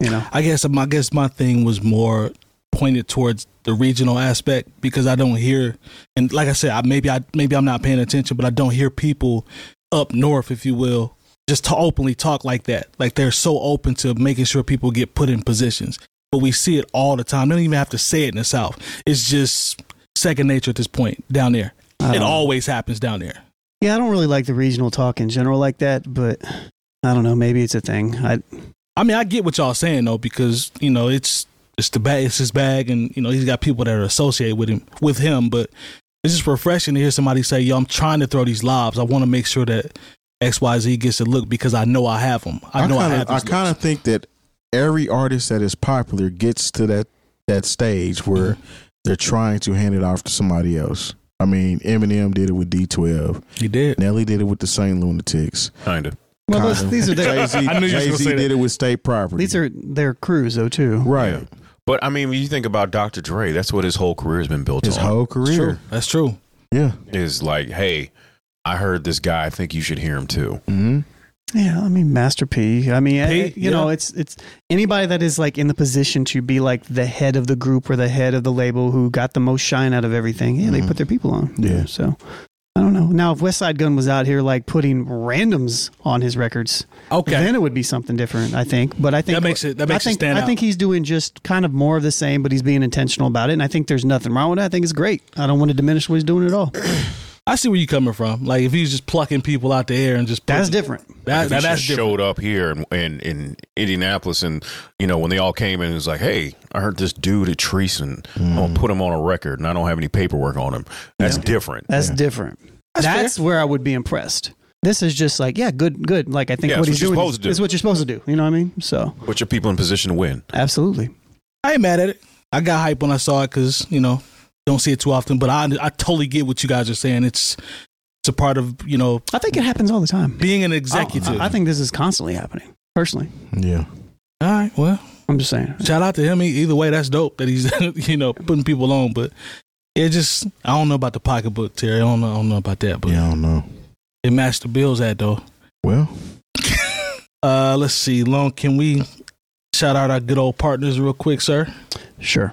you know?
I guess my I guess my thing was more pointed towards the regional aspect because I don't hear and like I said, I maybe I maybe I'm not paying attention, but I don't hear people up north, if you will, just to openly talk like that. Like they're so open to making sure people get put in positions. But we see it all the time. They don't even have to say it in the South. It's just second nature at this point down there.
I
It
don't-
always happens down there.
Yeah, I don't really like the regional talk in general like that, but I don't know. Maybe it's a thing. I,
I mean, I get what y'all saying though, because you know it's it's the bag, it's his bag, and you know he's got people that are associated with him with him. But it's just refreshing to hear somebody say, "Yo, I'm trying to throw these lobs. I want to make sure that X Y Z gets a look because I know I have them. I, know
kinda,
I have."
I
these
kind of
looks."
think that every artist that is popular gets to that that stage where
Mm-hmm.
they're trying to hand it off to somebody else. I mean, Eminem did it with D12.
he did.
Nelly did it with the Saint Lunatics.
Kind of.
well, those, these are
Jay
their,
Z
I knew you was gonna say that.
did it with State Property.
these are their crews though too.
right.
But I mean, when you think about Dr. Dre, that's what his whole career has been built
His
on.
whole career.
That's true.
Yeah.
is like, hey, I heard this guy. I think you should hear him too.
Mm-hmm.
Yeah, I mean Master P. I mean, I-
P,
you know,
yeah.
it's it's anybody that is like in the position to be like the head of the
Mm-hmm.
group or the head of the label who got the most shine out of everything. Yeah, they put their people on.
Yeah.
So I don't know. Now, if West Side Gun was out here like putting randoms on his records,
Okay.
then it would be something different, I think. But I think
That makes it- that makes it
I think,
stand
I
out.
think he's doing just kind of more of the same, but he's being intentional about it, and I think there's nothing wrong with that. I think it's great. I don't want to diminish what he's doing at all.
I see where you're coming from. Like if he's just plucking people out the air and just
That's
putting-
different.
That,
If he
that- that's
just
different.
showed up here in, in in Indianapolis, and you know when they all came in, it was like, "Hey, I heard this dude at Treason. I'm
Hmm.
gonna put him on a record, and I don't have any paperwork on him. That's different."
That's different. That's, where I would be impressed. This is just like, yeah, good, good. Like I think
Yeah,
what
it's what
he's
you're
doing
supposed
is,
to do.
is what you're supposed to do. You know what I mean? So
Put your people in position to win.
absolutely.
I ain't mad at it. I got hype when I saw it because you know don't see it too often, but I I totally get what you guys are saying. It's it's a part of you know
I think it happens all the time.
being an executive.
I, I think this is constantly happening. Personally,
Yeah.
All right, well,
I'm just saying.
shout out to him. E- Either way, that's dope that he's you know putting people on. But it just I don't know about the pocketbook, Terry. I don't know, I don't know about that, but
Yeah, I don't know.
it matched the bills at though.
Well,
Uh, let's see, long can we shout out our good old partners real quick, sir?
Sure.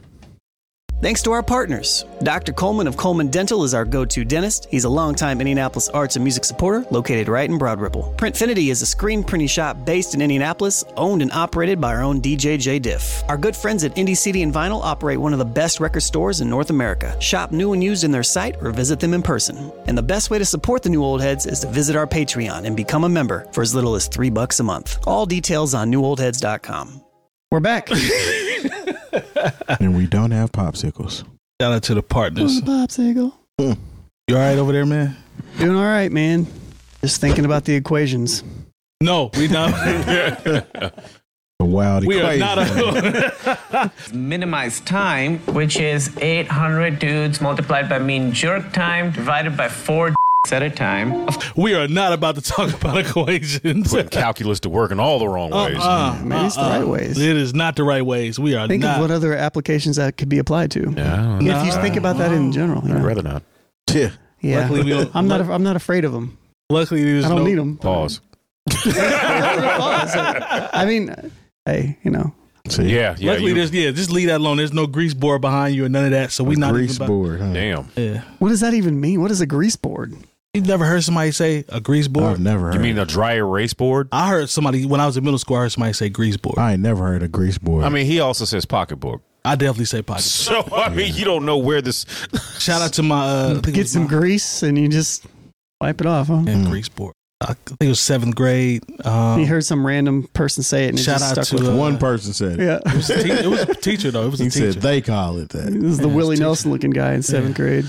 Thanks to our partners. Dr. Coleman of Coleman Dental is our go to dentist. He's a longtime Indianapolis arts and music supporter located right in Broad Ripple. Printfinity is a screen printing shop based in Indianapolis, owned and operated by our own DJ J. Diff. Our good friends at Indie CD and Vinyl operate one of the best record stores in North America. Shop new and used in their site or visit them in person. And the best way to support the new old heads is to visit our Patreon and become a member for as little as three bucks a month. All details on newoldheads.com.
We're back.
and we don't have popsicles.
Shout out to the partners.
Popsicle.
You all right over there, man?
Doing all right, man. Just thinking about the equations.
No, we not.
The wild
we are
equation.
not. A,
minimize time, which is 800 dudes multiplied by mean jerk time divided by four at a time.
we are not about to talk about equations.
Putting calculus to work in all the wrong ways.
Uh,
Maybe it's the right ways.
It is not the right ways. We are
Think
not.
of what other applications that could be applied to.
Yeah,
If you think about that in general, you
I'd
know?
rather not.
Yeah.
yeah.
Luckily, we don't-
I'm not. I'm not afraid of them.
luckily, there's
I don't
no,
need them.
Pause.
I mean, hey, you know,
See?
Yeah, yeah.
Luckily,
you-
there's yeah. Just leave that alone. There's no grease board behind you or none of that. So we not even
grease
about,
board. Huh?
damn.
Yeah.
what does that even mean? What is a grease board?
You never heard somebody say a grease board?
I've never heard.
You mean a dry erase board?
I heard somebody when I was in middle school. I heard somebody say grease board. I,
I ain't never heard of grease board.
I mean, he also says pocketbook.
definitely say pocket.
So I mean, you don't know where this.
Shout out to my uh, I think it
Get
was
some
my-
grease and you just wipe it off. Huh?
yeah,
Mm.
grease board. I think it was seventh grade. Um,
You heard some random person say it and it
Shout
just
out
stuck
to,
with
uh,
him.
one person said it.
Yeah,
it, was a te- it was a teacher though. It was a
He
teacher.
said they call it that.
this is the
Yeah,
Willie
it's teacher.
Nelson looking guy in seventh grade,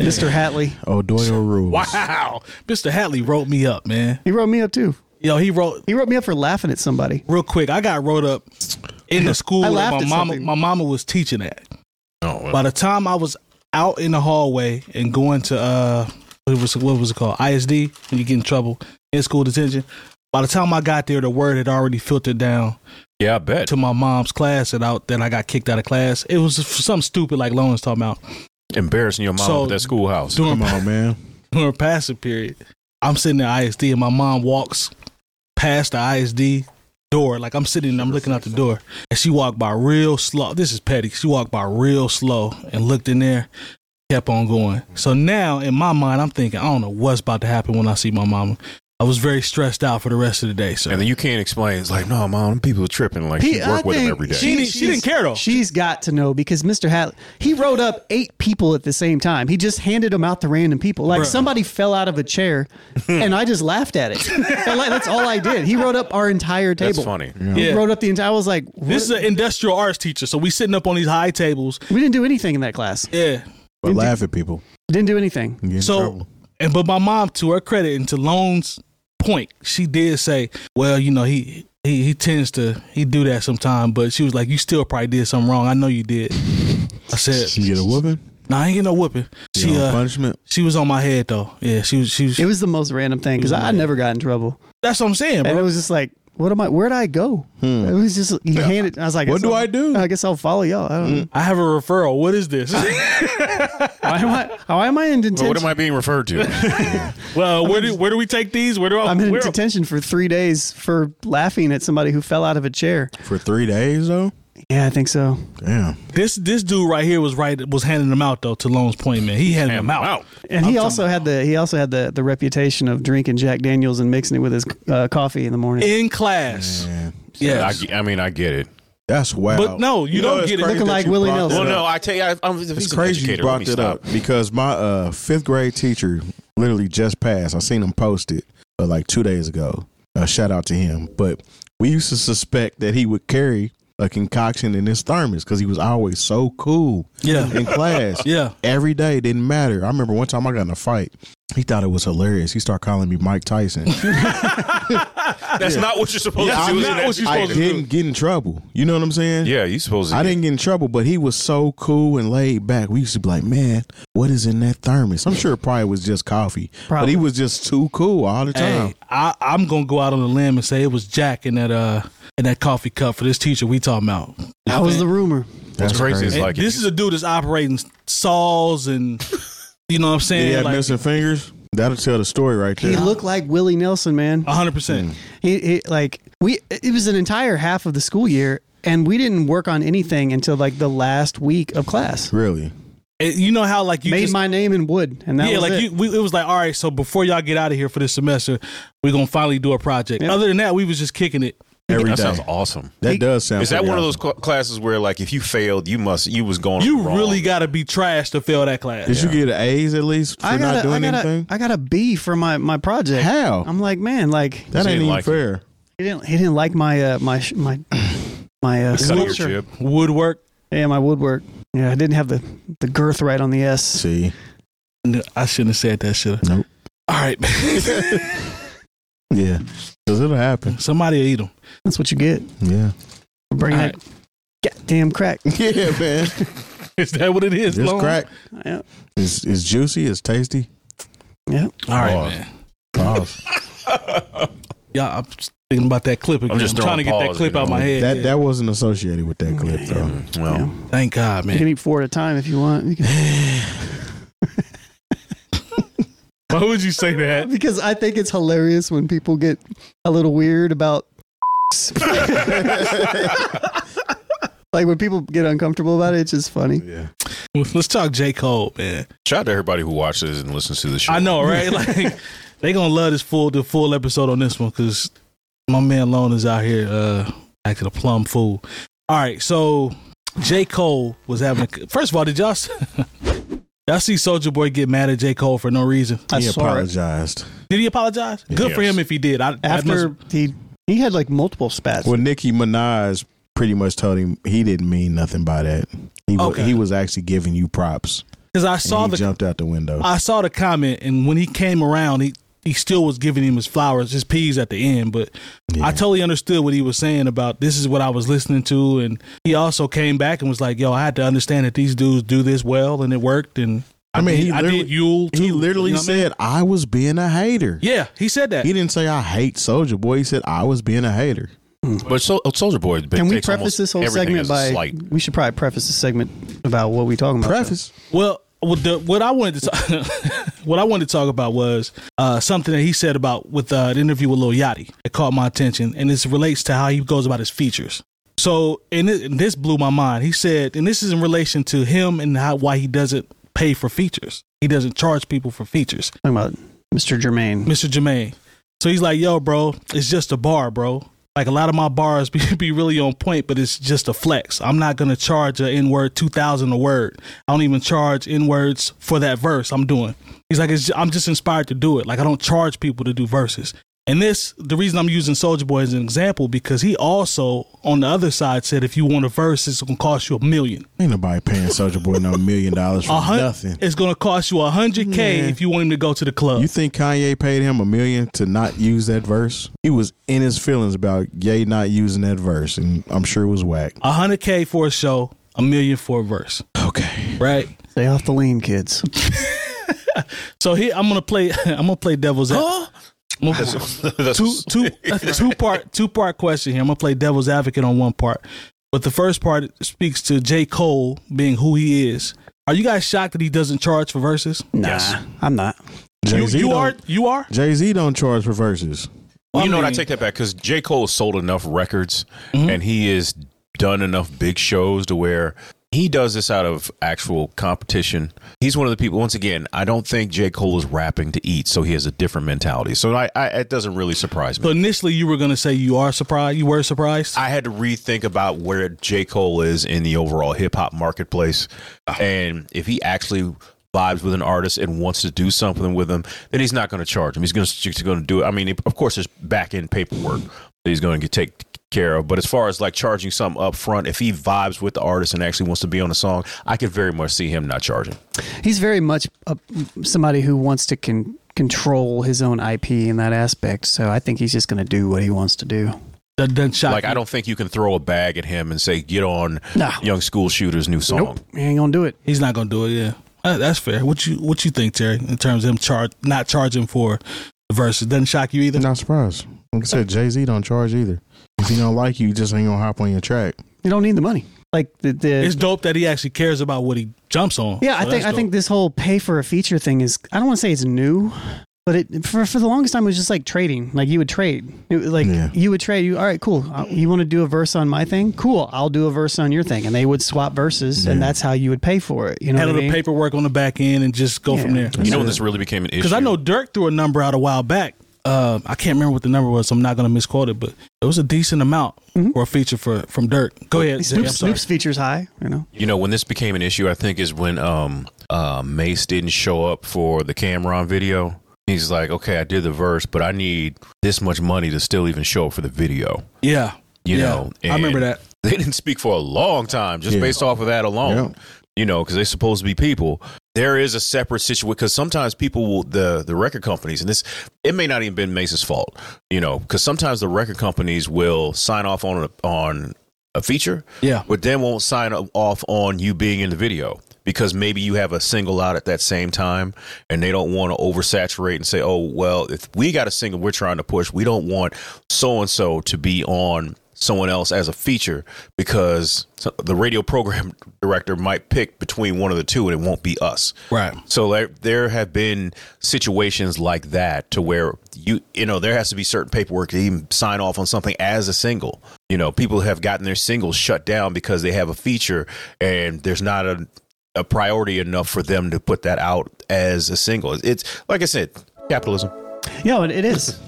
Mr. Hatley.
O'Doyle rules.
wow, Mr. Hatley wrote me up, man.
He wrote me up too.
Yo, he wrote
He wrote me up for laughing at somebody.
real quick, I got wrote up in the school
I
that
laughed
my
at
mama
something.
my mama was teaching at.
Oh, well.
By the time I was out in the hallway and going to uh what was what was it called? ISD when you get in trouble in school detention. By the time I got there, the word had already filtered down
yeah, I bet.
to my mom's class and out. Then I got kicked out of class. It was for something stupid like Lone's talking about
Embarrassing your mom
So-
at that schoolhouse.
during
Come on, man.
during passing period. I'm sitting at ISD and my mom walks past the ISD door. Like I'm sitting and I'm looking out the door. And she walked by real slow. This is petty. She walked by real slow and looked in there, kept on going. So now in my mind, I'm thinking, I don't know what's about to happen when I see my mama. I was very stressed out for the rest of the day. So
And then you can't explain. It's like, no, mom, people are tripping. Like,
He-
she
I
work with them
think
every day.
She didn't- she didn't care, though.
She's got to know because Mr. Hatley, he wrote up eight people at the same time. He just handed them out to random people. Like
Bruh.
somebody fell out of a chair and I just laughed at it. And, like, that's all I did. He wrote up our entire table.
That's funny.
He
Yeah.
wrote up the entire, I was like, what?
this is an industrial arts teacher, so we sitting up on these high tables.
we didn't do anything in that class.
Yeah.
But laugh at people.
Didn't do anything.
You get in
So,
trouble.
and but my mom, to her credit and to Loan's point, she did say, "Well, you know, he he he tends to he do that sometime." But she was like, "You still probably did something wrong. I know you did." I
you
said,
get a whooping.
"Nah, I ain't get no whooping."
You
She
know,
uh,
punishment.
she was on my head though. Yeah, she was she was.
It was the most random thing because I, I never got in trouble.
That's what I'm saying,
And it
bro.
was just like, what am I, where'd I go?
Hmm.
It was just, you handed, I was like,
What
guess
do
I'll-
I do?
I guess I'll follow y'all. I don't know.
I have a referral. What is this?
Why am I, why am I in detention?
Well, Hmm. what am I being referred to?
well, where do where do we take these? Where do I?
I'm in
where-
detention for three days for laughing at somebody who fell out of a chair.
For three days, though?
Yeah, I think so.
Damn.
This this dude right here was right was handing them out though to Lone's Point man. He handed them out.
And he also had the he also had the the reputation of drinking Jack Daniels and mixing it with his uh, coffee in the morning.
in class.
I,
Yes.
ge- I mean, I get it.
That's wow.
But no, you don't
it's
get it.
crazy
Looking
that
like
you
Willie
brought
Nelson.
that
Well,
up.
no, I tell you, I, I'm
It's crazy you brought that up because my uh, fifth grade teacher literally just passed. I seen him post it uh, like two days ago. Uh, shout out to him. But we used to suspect that he would carry a concoction in his thermos because he was always so cool
Yeah.
in class.
Yeah.
Every day didn't matter. I remember one time I got in a fight. He thought it was hilarious. He started calling me Mike Tyson.
That's not what you're supposed
Yeah,
to
I'm
do. as
not
an
what you're
educator.
I didn't get in trouble. You know what I'm saying?
Yeah, you supposed to.
I didn't get in trouble, but he was so cool and laid back. We used to be like, man, what is in that thermos? I'm sure it probably was just coffee, but
Probably.
he was just too cool all the time.
Hey, I, I'm gonna go out on a limb and say it was Jack in that uh in that coffee cup for this teacher we talking about.
That was the rumor.
What's crazy is
And
like
this is a dude that's operating saws and you know what I'm
Did he
saying
have
like
missing fingers? That'll tell the story right there.
He looked like Willie Nelson, man.
100. percent
He, he like we it was an entire half of the school year, and we didn't work on anything until like the last week of class.
really?
You know how like you
Made
just,
my name in wood, and that
yeah
was
like
it.
you we, it was like all right so before y'all get out of here for this semester we're gonna finally do a project. Other than that we was just kicking it.
Every
that
day.
sounds awesome.
That does sound.
Is that
pretty
one of those
awesome.
cl- classes where like if you failed, you must you was going.
You
wrong.
really gotta be trash to fail that class.
Did you get an A's at least for
I got,
not
a, I,
doing
got a,
anything?
I got a B for my, my project.
How?
I'm like, man, like he
that
He didn't
ain't even
like it.
fair.
didn't he didn't like my uh, my sh- my my uh,
Cut your
sculpture.
jib.
Woodwork.
Yeah, my woodwork. Yeah, I didn't have the, the girth right on the S.
See,
No, I shouldn't have said that. Should I?
Nope.
All right.
yeah, because it'll happen.
Somebody will eat them.
That's what you get.
Yeah,
for bringing
All right.
that goddamn crack.
yeah, man.
Is that what it is?
It's
Lone?
crack.
Yeah.
It's, it's juicy. It's tasty.
All right,
Pause.
man.
Pause.
Yeah, I'm just thinking about that clip again. I'm,
just
trying to get
throwing
that
pause,
clip
you
out my
know.
head.
that that wasn't associated with that clip though.
Mm-hmm.
Well,
Thank God,
You
man.
can eat four at a time if you want. You can-
Why would you say that?
because I think it's hilarious when people get a little weird about. like when people get uncomfortable about it, it's just funny.
Let's talk J Cole, man.
shout out to everybody who watches and listens to the show.
I know, right? Like they gonna love this full the full episode on this one because my man Lone is out here uh, acting a plum fool. All right, so J Cole was having. A, first of all, did y'all s- y'all see Soldier Boy get mad at J Cole for no reason?
I
He
saw it
apologized.
Did he apologize? Good for
Yes.
him if he did. I, that
after
must-
he he had like multiple spats.
Well, Nicki Minaj pretty much told him he didn't mean nothing by that. He wa-
Okay.
he was actually giving you props.
Because I
and
saw
he
the
jumped out the window.
I saw the comment, and when he came around, he he still was giving him his flowers, his peas at the end. But I totally understood what he was saying about this is what I was listening to, and he also came back and was like, "Yo, I had to understand that these dudes do this well, and it worked." And
I mean, he
I
literally-
did Yule.
he
too,
literally
you know what I mean?
said I was being a hater.
"Yeah, he said that."
He didn't say I hate Soldier Boy. He said I was being a hater.
but Sol- Soldier Boy.
Can we preface this whole segment by?
slight.
We should probably preface this segment about what we talking about.
Preface.
Well, what, the, what I wanted to talk, what I wanted to talk about was uh, something that he said about with uh, an interview with Lil Yachty that caught my attention, and this relates to how he goes about his features. So, and, it, and this blew my mind. He said, and this is in relation to him and how why he doesn't pay for features. He doesn't charge people for features.
Talking about Mr. Germain.
Mr. Jermaine. So he's like, yo, bro, it's just a bar, bro. Like a lot of my bars be, be really on point, but it's just a flex. I'm not gonna charge a N word two thousand a word. I don't even charge N words for that verse I'm doing. He's like, it's, I'm just inspired to do it. Like I don't charge people to do verses. And this, the reason I'm using Soldier Boy as an example, because he also on the other side said, if you want a verse, it's gonna cost you a million.
Ain't nobody paying Soldier Boy no million dollars for
A hun-
nothing.
It's gonna cost you a hundred k
Man.
if you want him to go to the club.
You think Kanye paid him a million to not use that verse? He was in his feelings about Ye not using that verse, and I'm sure it was whack.
A hundred k for a show, a million for a verse.
Okay.
Right.
Stay off the lean, kids.
So here I'm gonna play. I'm gonna play devil's advocate.
That's-
two two two part two part question here. I'm gonna play devil's advocate on one part, but the first part speaks to J Cole being who he is. Are you guys shocked that he doesn't charge for verses?
Nah,
Yes.
I'm not.
You,
Jay-Z
you
don't-
are. You are.
Jay Z don't charge for verses.
Well, you know what? I Mm-hmm.
mean-
take that back because J. Cole sold enough records, and he is done enough big shows to where he does this out of actual competition. He's one of the people. Once again, I don't think J Cole is rapping to eat, so he has a different mentality. So I, I it doesn't really surprise me.
So initially, you were gonna say you are surprised. You were surprised.
I had to rethink about where J. Cole is in the overall hip hop marketplace. And if he actually vibes with an artist and wants to do something with them, then he's not going to charge him. He's going to going to do it. I mean, of course, there's back end paperwork that he's going to take care of. But as far as like charging something up front, if he vibes with the artist and actually wants to be on the song, I could very much see him not charging.
He's very much a, somebody who wants to con- control his own IP in that aspect. So I think he's just going to do what he wants to do.
that doesn't shock.
Like,
me.
I don't think you can throw a bag at him and say, get on
No.
Young School Shooter's new song.
Nope, he ain't going to do it.
He's not gonna do it. Yeah, Uh, that's fair. What you what you think, Terry? In terms of him charge not charging for the verses, doesn't shock you either.
Not surprised. Like I said, Jay Z don't charge either. If he don't like you, he just ain't gonna hop on your track.
You don't need the money. Like the, the
It's dope that he actually cares about what he jumps on.
Yeah, I
So
think
that's
I think
dope.
this whole pay for a feature thing is I don't want to say it's new, but it for for the longest time it was just like trading. Like you would trade, It was like
Yeah.
you would trade. You all right, cool. Uh, You want to do a verse on my thing? Cool, I'll do a verse on your thing, and they would swap verses, and that's how you would pay for it. You know,
handle
what I
the
mean?
paperwork on the back end and just go from
Yeah.
there.
You know when this really became an issue?
Because I know Dirk threw a number out a while back. Uh, I can't remember what the number was, so I'm not going to misquote it, but it was a decent amount for a feature for from Dirk. Go ahead. Zay, I'm
Mm-hmm. Snoop,
sorry.
Snoop's features high. You know,
You know, when this became an issue, I think is when um uh Mace didn't show up for the Cameron video. He's like, okay, I did the verse, but I need this much money to still even show up for the video.
Yeah.
You
Yeah.
know,
I remember
and
that.
They didn't speak for a long time just
Yeah.
based off of that alone. You know, because they're supposed to be people. There is a separate situation because sometimes people will the the record companies and this it may not even been Mace's fault. You know, because sometimes the record companies will sign off on a, on a feature,
Yeah.
but then won't sign up- off on you being in the video because maybe you have a single out at that same time and they don't want to oversaturate and say oh well if we got a single we're trying to push we don't want so and so to be on someone else as a feature because so- the radio program director might pick between one of the two and it won't be us
Right.
so there, there have been situations like that to where you you know there has to be certain paperwork to even sign off on something as a single. You know, people have gotten their singles shut down because they have a feature and there's not a a priority enough for them to put that out as a single. It's like I said, capitalism.
yeah, it, it is.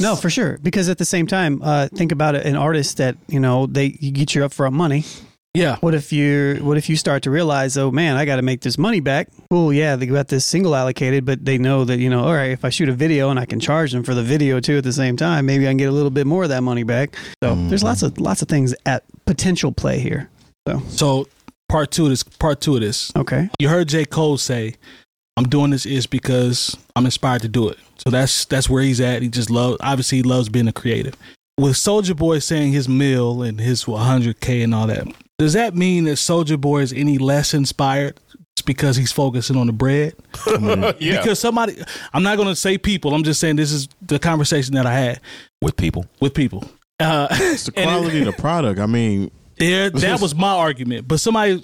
No, for sure. Because at the same time, uh, think about it, an artist that you know they you get your upfront money.
Yeah.
What if you What if you start to realize, oh man, I got to make this money back? Cool, yeah, they got this single allocated, but they know that you know, all right, if I shoot a video and I can charge them for the video too at the same time, maybe I can get a little bit more of that money back. So
Mm-hmm.
there's lots of lots of things at potential play here.
So part two of this, part two of this.
Okay,
You heard J. Cole say, I'm doing this is because I'm inspired to do it. So that's that's where he's at. He just loves obviously he loves being a creative. With Soldier Boy saying his mill and his 100k and all that, does that mean that Soldier Boy is any less inspired just because he's focusing on the bread?
yeah,
Because somebody, I'm not going to say people. I'm just saying this is the conversation that I had
with people.
with people. Uh,
It's the quality of the product. I mean,
there, that was my argument. But somebody,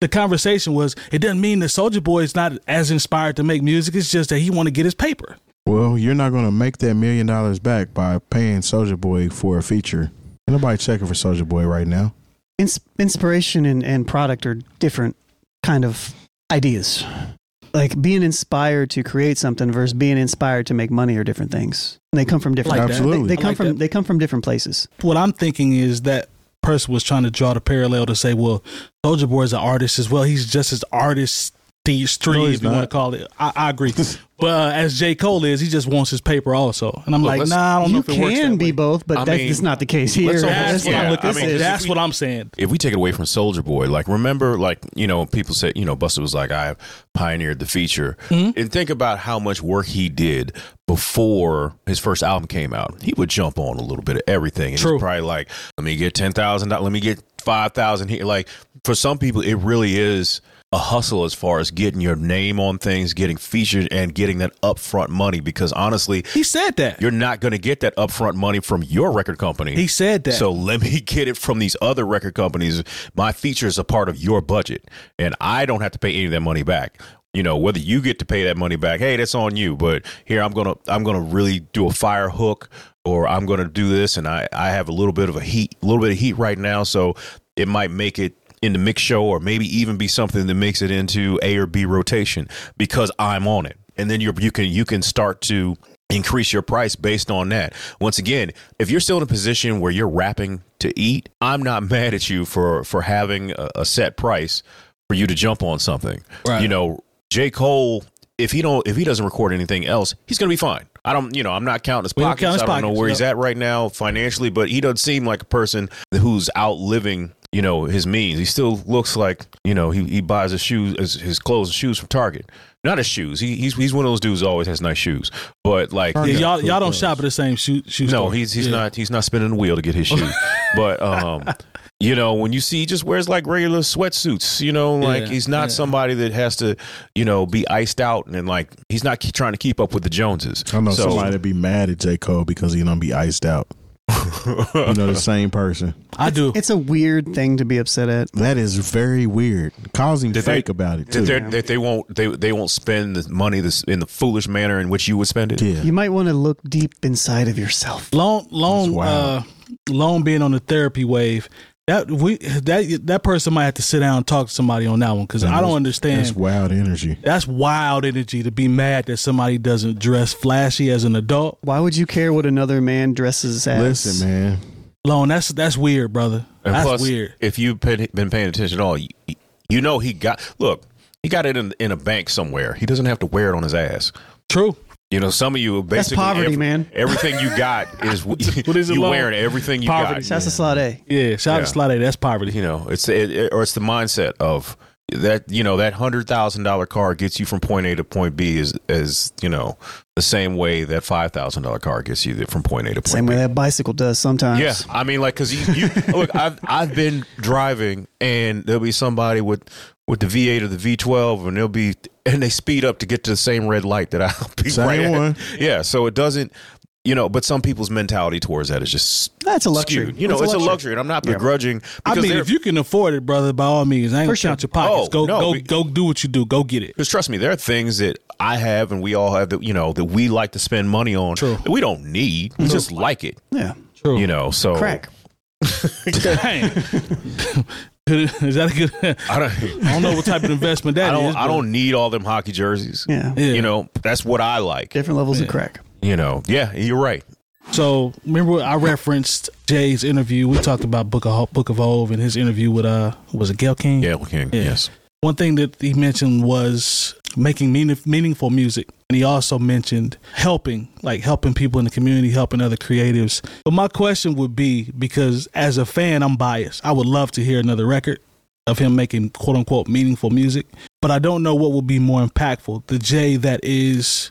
the conversation was, it doesn't mean that Soldier Boy is not as inspired to make music. It's just that he want to get his paper.
well, you're not gonna make that million dollars back by paying Soldier Boy for a feature. Ain't Nobody checking for Soldier Boy right now.
Ins- inspiration and, and product are different kind of ideas. Like being inspired to create something versus being inspired to make money are different things. And they come from different.
Like that.
they,
Absolutely.
they come
like
from
that.
they come from different places.
What I'm thinking is that person was trying to draw the parallel to say, well, Soldier Boy is an artist as well. He's just as artist. Street,
No, he's
if you want to
not.
call it, I, I agree. but uh, as J Cole is, he just wants his paper also, and I'm
Look,
like,
let's-
nah, I don't know
You
if it works. that
can
way.
be both, but
I
that's
mean,
just not the case here.
let's all-
That's
That's
yeah,
not
what
what
I'm,
this
I mean,
is.
that's
we-
what I'm saying.
if we take it away from Soldier Boy, like remember, like you know, people say, you know, Buster was like, I pioneered the feature,
Mm-hmm.
and think about how much work he did before his first album came out. He would jump on a little bit of everything, and
True.
he's probably like, let me get ten thousand, let me get five thousand here. Like for some people, it really is a hustle as far as getting your name on things, getting featured, and getting that upfront money. Because honestly,
He said that.
you're not going to get that upfront money from your record company.
He said that.
So let me get it from these other record companies. My feature is a part of your budget, and I don't have to pay any of that money back. You know, whether you get to pay that money back, hey, that's on you. But here I'm gonna I'm gonna really do a fire hook or I'm gonna do this and I, I have a little bit of a heat a little bit of heat right now, so it might make it in the mix show or maybe even be something that makes it into A or B rotation because I'm on it. And then you're, you can you can start to increase your price based on that. Once again, if you're still in a position where you're rapping to eat, I'm not mad at you for for having a, a set price for you to jump on something.
Right.
You know, J. Cole, if he don't if he doesn't record anything else, he's gonna be fine. I don't you know, I'm not counting his
We don't
pockets.
count his
I don't know
pockets,
where he's
no.
at right now financially, but he doesn't seem like a person who's outliving you know his means. He still looks like you know he, he buys his shoes, his, his clothes and shoes from Target. Not his shoes. He, he's he's one of those dudes who always has nice shoes, but like
Yeah, y'all y'all don't
does.
shop at the same shoe shoe
no,
store.
he's he's
Yeah.
not he's not spinning the wheel to get his shoes. but um, you know, when you see he just wears like regular sweatsuits, you know, like
Yeah,
he's not
yeah.
somebody that has to, you know, be iced out and then, like he's not ke- trying to keep up with the Joneses.
I know
So-
somebody would be mad at J. Cole because he don't be iced out. you know, the same person.
I do.
It's a weird thing to be upset at.
That is very weird. Calls him
Did they-
fake about it,
that,
too.
they're- that they won't they they won't spend the money this in the foolish manner in which you would spend it.
Yeah.
You might want to look deep inside of yourself.
Long
That's
long uh
wild.
long being on the therapy wave. That we that that person might have to sit down and talk to somebody on that one because
Man,
I don't
that's-
understand.
That's wild energy.
That's wild energy to be mad that somebody doesn't dress flashy as an adult.
Why would you care what another man dresses as?
Listen, man.
Lone, that's that's weird, brother.
And
that's
plus,
weird.
If you've been, been paying attention at all, you, you know he got look. He got it in, in a bank somewhere. He doesn't have to wear it on his ass.
True.
You know, some of you basically
poverty, man.
Everything you got is what
is it,
you
Lon?
wearing everything you
Poverty.
got.
That's a slot A.
Yeah. Shout out to Slade. That's poverty.
You know, it's it, it- or it's the mindset of that. You know, that hundred thousand dollar car gets you from point A to point B is is you know the same way that five thousand dollar car gets you from point A to point
Same
B.
way that bicycle does sometimes.
Yeah, I mean, like, cause you, you look. I've I've been driving, and there'll be somebody with with the V8 or the V12, and they'll be and they speed up to get to the same red light that I'll be
Same
right at.
one.
Yeah, so it doesn't, you know. But some people's mentality towards that is just
That's a luxury.
skewed. You know,
That's
it's
a
a
luxury.
luxury, and I'm not begrudging.
I
because
mean,
they're-
if you can afford it, brother, by all means, I ain't
For
gonna
sure.
count your pockets.
Oh,
go
no,
go
we-
go do what you do. Go get it.
Because trust me, there are things that I have and we all have that you know that we like to spend money on
True.
that we don't need. We just like it,
Yeah.
True.
you know. So
Crack.
Dang. is that a good?
I don't.
I don't know what type of investment that
I
is.
don't. I
but-
don't need all them hockey jerseys.
Yeah.
Yeah.
You know, that's what I like.
Different levels of crack.
You know, yeah, you're right.
So remember, what I referenced Jay's interview. We talked about Book of Ho- Book of Hove and his interview with uh was it Gail King?
Gail King,
Yeah.
yes.
One thing that he mentioned was making meaning, meaningful music. And he also mentioned helping, like helping people in the community, helping other creatives. But my question would be because as a fan, I'm biased. I would love to hear another record of him making quote unquote meaningful music, but I don't know what will be more impactful the Jay that is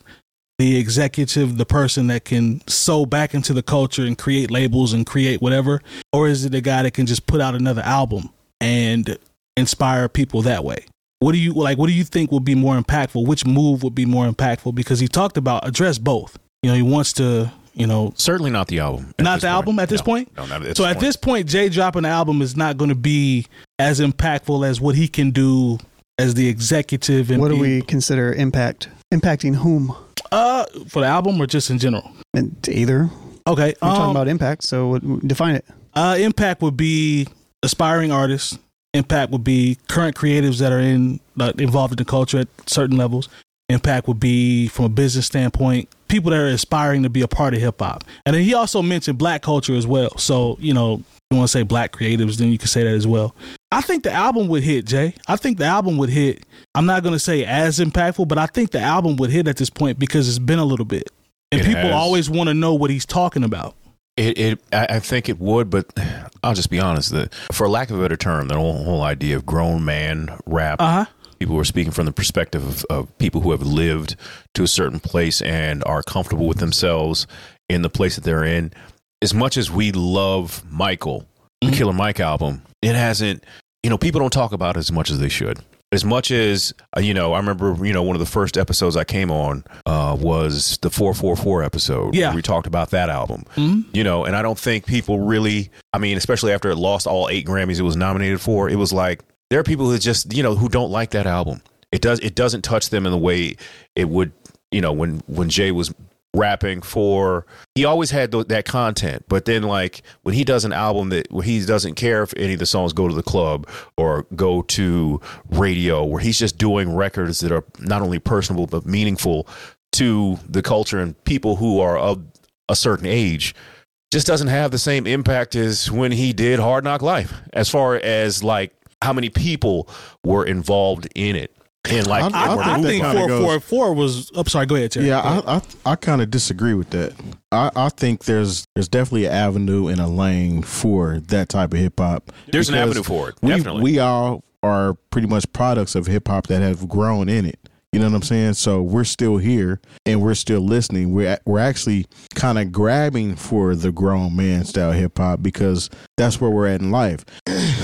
the executive, the person that can sew back into the culture and create labels and create whatever, or is it the guy that can just put out another album and inspire people that way? What do you like? What do you think will be more impactful? Which move would be more impactful? Because he talked about address both. You know, he wants to, you know,
Certainly not the album. at
Not
this
the
point.
album at this
No,
point?
No, not at this
so at
point.
this point, Jay dropping the album is not going to be as impactful as what he can do as the executive. And
What do we
being-
consider impact? Impacting whom?
uh for the album or just in general?
And either.
Okay,
We're talking
um,
about impact, so what- define it.
Uh, impact would be aspiring artists. Impact would be current creatives that are in uh, involved in the culture at certain levels. Impact would be from a business standpoint, people that are aspiring to be a part of hip hop. And then he also mentioned black culture as well. So you know, you want to say black creatives, then you can say that as well. I think the album would hit, Jay. I think the album would hit. I'm not gonna say as impactful, but I think the album would hit at this point because it's been a little bit, and
It
people
has.
always want to know what he's talking about.
It, it, I I think it would, but I'll just be honest. The, for lack of a better term, the whole, whole idea of grown man rap,
Uh huh.
people who are speaking from the perspective of, of people who have lived to a certain place and are comfortable with themselves in the place that they're in. As much as we love Michael, the Killer Mike album, it hasn't, you know, people don't talk about it as much as they should. As much as, uh, you know, I remember, you know, one of the first episodes I came on uh, was the 444 episode.
Yeah.
where We talked about that album, you know, and I don't think people really, I mean, especially after it lost all eight Grammys it was nominated for, it was like, there are people who just, you know, who don't like that album. It does. It doesn't touch them in the way it would. You know, when when Jay was rapping for, he always had tho- that content. But then, like when he does an album that where he doesn't care if any of the songs go to the club or go to radio, where he's just doing records that are not only personable but meaningful to the culture and people who are of a certain age just doesn't have the same impact as when he did Hard Knock Life, as far as like how many people were involved in it. And like,
I,
I think
I
that
think
kinda
four
goes-
four four was. I'm sorry. Go ahead, Terry.
Yeah,
Go ahead.
I I, I kind of disagree with that. I, I think there's there's definitely an avenue and a lane for that type of hip hop.
There's an
because
avenue for it,
We,
definitely.
we all are pretty much products of hip hop that have grown in it. You know what I'm saying? So we're still here and we're still listening. We're a- we're actually kind of grabbing for the grown man style hip hop because that's where we're at in life.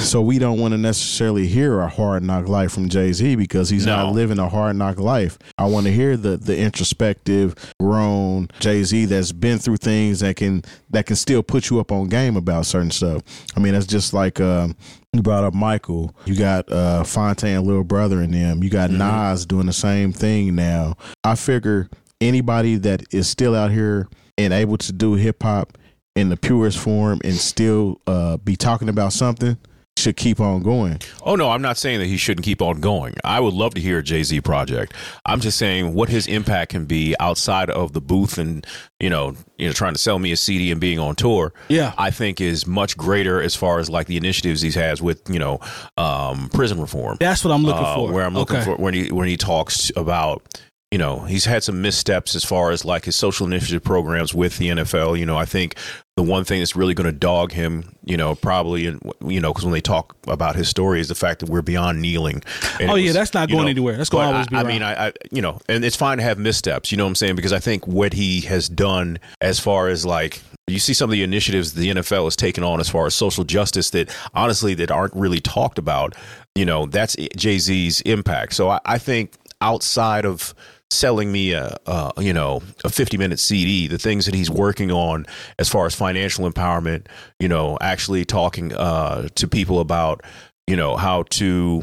so we don't want to necessarily hear a hard knock life from Jay Z because he's
No.
not living a hard knock life. I want to hear the the introspective, grown Jay Z that's been through things that can that can still put you up on game about certain stuff. I mean, that's just like um, you brought up Michael. You got uh, Fontaine, little brother, in them. You got Nas doing the same thing now. I figure anybody that is still out here and able to do hip hop in the purest form and still uh, be talking about something should keep on going.
oh no, I'm not saying that he shouldn't keep on going. I would love to hear a Jay Z project. I'm just saying what his impact can be outside of the booth and you know, you know, trying to sell me a CD and being on tour.
Yeah.
I think is much greater as far as like the initiatives he has with you know, um, prison reform.
That's what I'm looking
uh,
for.
Where I'm looking
Okay.
for when he when he talks about you know he's had some missteps as far as like his social initiative programs with the NFL. You know, I think the one thing that's really going to dog him, you know, probably and you know because when they talk about his story is the fact that we're beyond kneeling. And
Oh,
it
yeah, that's not
you
going anywhere. That's gonna
but
always
I-
be
I
around.
mean, I, I you know, and it's fine to have missteps. You know what I'm saying? Because I think what he has done as far as like you see some of the initiatives the NFL has taken on as far as social justice that honestly that aren't really talked about. You know, that's Jay Z's impact. So I, I think outside of selling me a, a you know a 50 minute CD the things that he's working on as far as financial empowerment you know actually talking uh to people about you know how to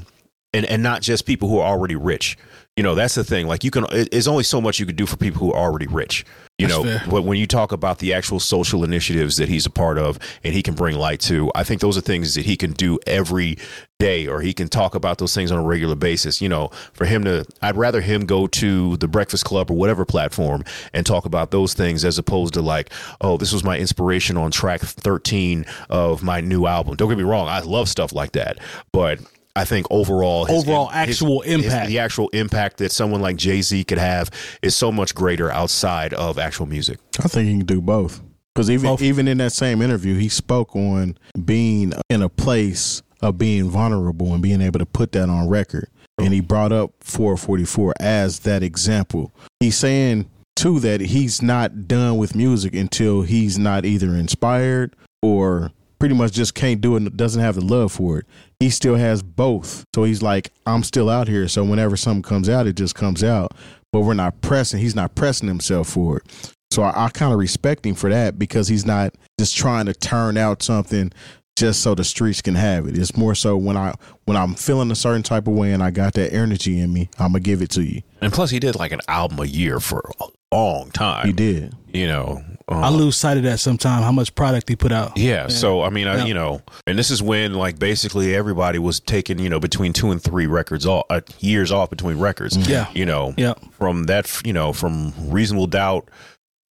and and not just people who are already rich. You know, that's the thing. Like you can, it- it's only so much you could do for people who are already rich. You know, but when you talk about the actual social initiatives that he's a part of and he can bring light to, I think those are things that he can do every day, or he can talk about those things on a regular basis. You know, for him to, I'd rather him go to the Breakfast Club or whatever platform and talk about those things as opposed to like, oh, this was my inspiration on track thirteen of my new album. Don't get me wrong, I love stuff like that, but I think overall,
Overall actual impact.
the actual impact that someone like Jay Z could have is so much greater outside of actual music.
I think he can do both. Because even
Both.
even in that same interview, he spoke on being in a place of being vulnerable and being able to put that on record. And he brought up 444 as that example. He's saying too that he's not done with music until he's not either inspired or pretty much just can't do it and doesn't have the love for it. He still has both. So he's like, I'm still out here. So whenever something comes out, it just comes out. But we're not pressing. He's not pressing himself for it. So I, I kind of respect him for that because he's not just trying to turn out something just so the streets can have it. It's more so when I when I'm feeling a certain type of way and I got that energy in me, I'm gonna give it to you.
And plus, he did like an album a year for a long time.
He did.
you know. um,
I lose sight of that sometime. How much product he put out.
Yeah, so I mean, I,
Yeah.
you know, and this is when like basically everybody was taking you know between two and three records off uh, years off between records.
Mm. Yeah.
you know,
Yeah.
from that f- you know from Reasonable Doubt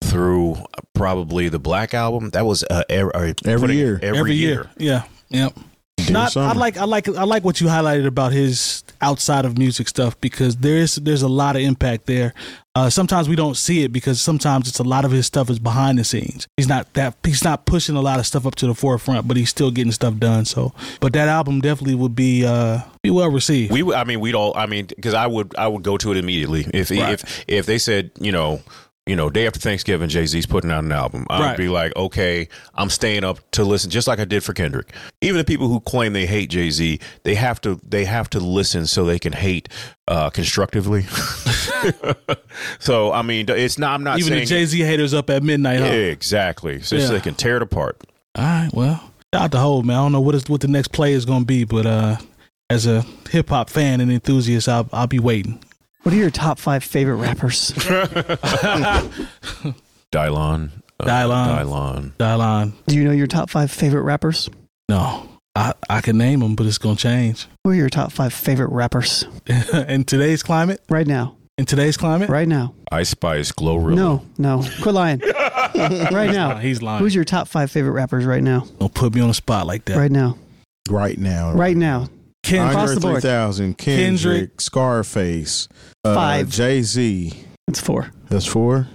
through probably the Black album. That was uh, er- uh,
Every
putting-
year.
every, year.
Yeah. Yep. Not, I like I like I like what you highlighted about his outside of music stuff because there's there's a lot of impact there. Uh, sometimes we don't see it because sometimes it's a lot of his stuff is behind the scenes. He's not that he's not pushing a lot of stuff up to the forefront, but he's still getting stuff done. So, but that album definitely would be uh, be well received.
We, would- I mean, we'd all. I mean, because I would, I would go to it immediately if if if they said, you know, you know, day after Thanksgiving, Jay Z's putting out an album. I
Right.
would be like, okay, I'm staying up to listen, just like I did for Kendrick. Even the people who claim they hate Jay Z, they have to they have to listen so they can hate uh, constructively. so I mean, it's not. I'm not
Even the
saying
Jay Z haters up at midnight. huh?
exactly, so,
Yeah.
they can tear it apart.
All right, well, shout out to Hov, man. I don't know what is what the next play is going to be, but uh, as a hip hop fan and enthusiast, I'll, I'll be waiting.
What are your top five favorite rappers?
Dylon. Uh,
Dylon.
Dylon.
Dylon,
Do you know your top five favorite rappers?
no, I, I can name them, but it's going to change.
Who are your top five favorite rappers
in today's climate,
right now?
in today's climate,
Right now?
Ice Spice. Glorilla.
No, no. Quit lying. right now.
He's lying.
Who's your top five favorite rappers right now?
Don't put me on the spot like that.
Right now.
right now.
Right now.
Ken,
Alright. across
Andre
the board.
3000, Kendrick,
Kendrick.
Scarface, uh,
Five.
Jay Z.
It's four.
That's four.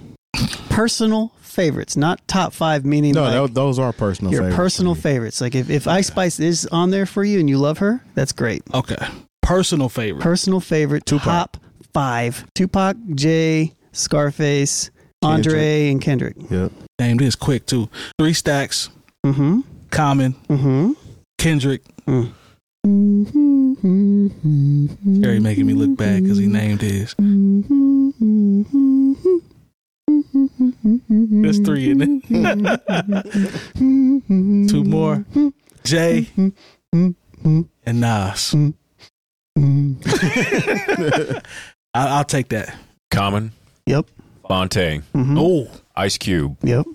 Personal favorites, not top five, meaning
No,
like
tho- those are personal.
your
favorites.
personal favorites. Like if, if Ice Spice is on there for you and you love her, that's great.
okay. Personal favorite.
Personal favorite,
Tupac.
top five Tupac, Jay, Scarface, Andre, and Kendrick.
Yep.
Name this quick, too. Three Stacks,
Mm hmm.
Common,
Mm
Kendrick.
hmm.
Jerry making me look bad because he named his. There's three in it. Two more. Jay and Nas. I, I'll take that.
Common.
Yep.
Fontaine.
Mhm.
Oh,
Ice Cube.
Yep.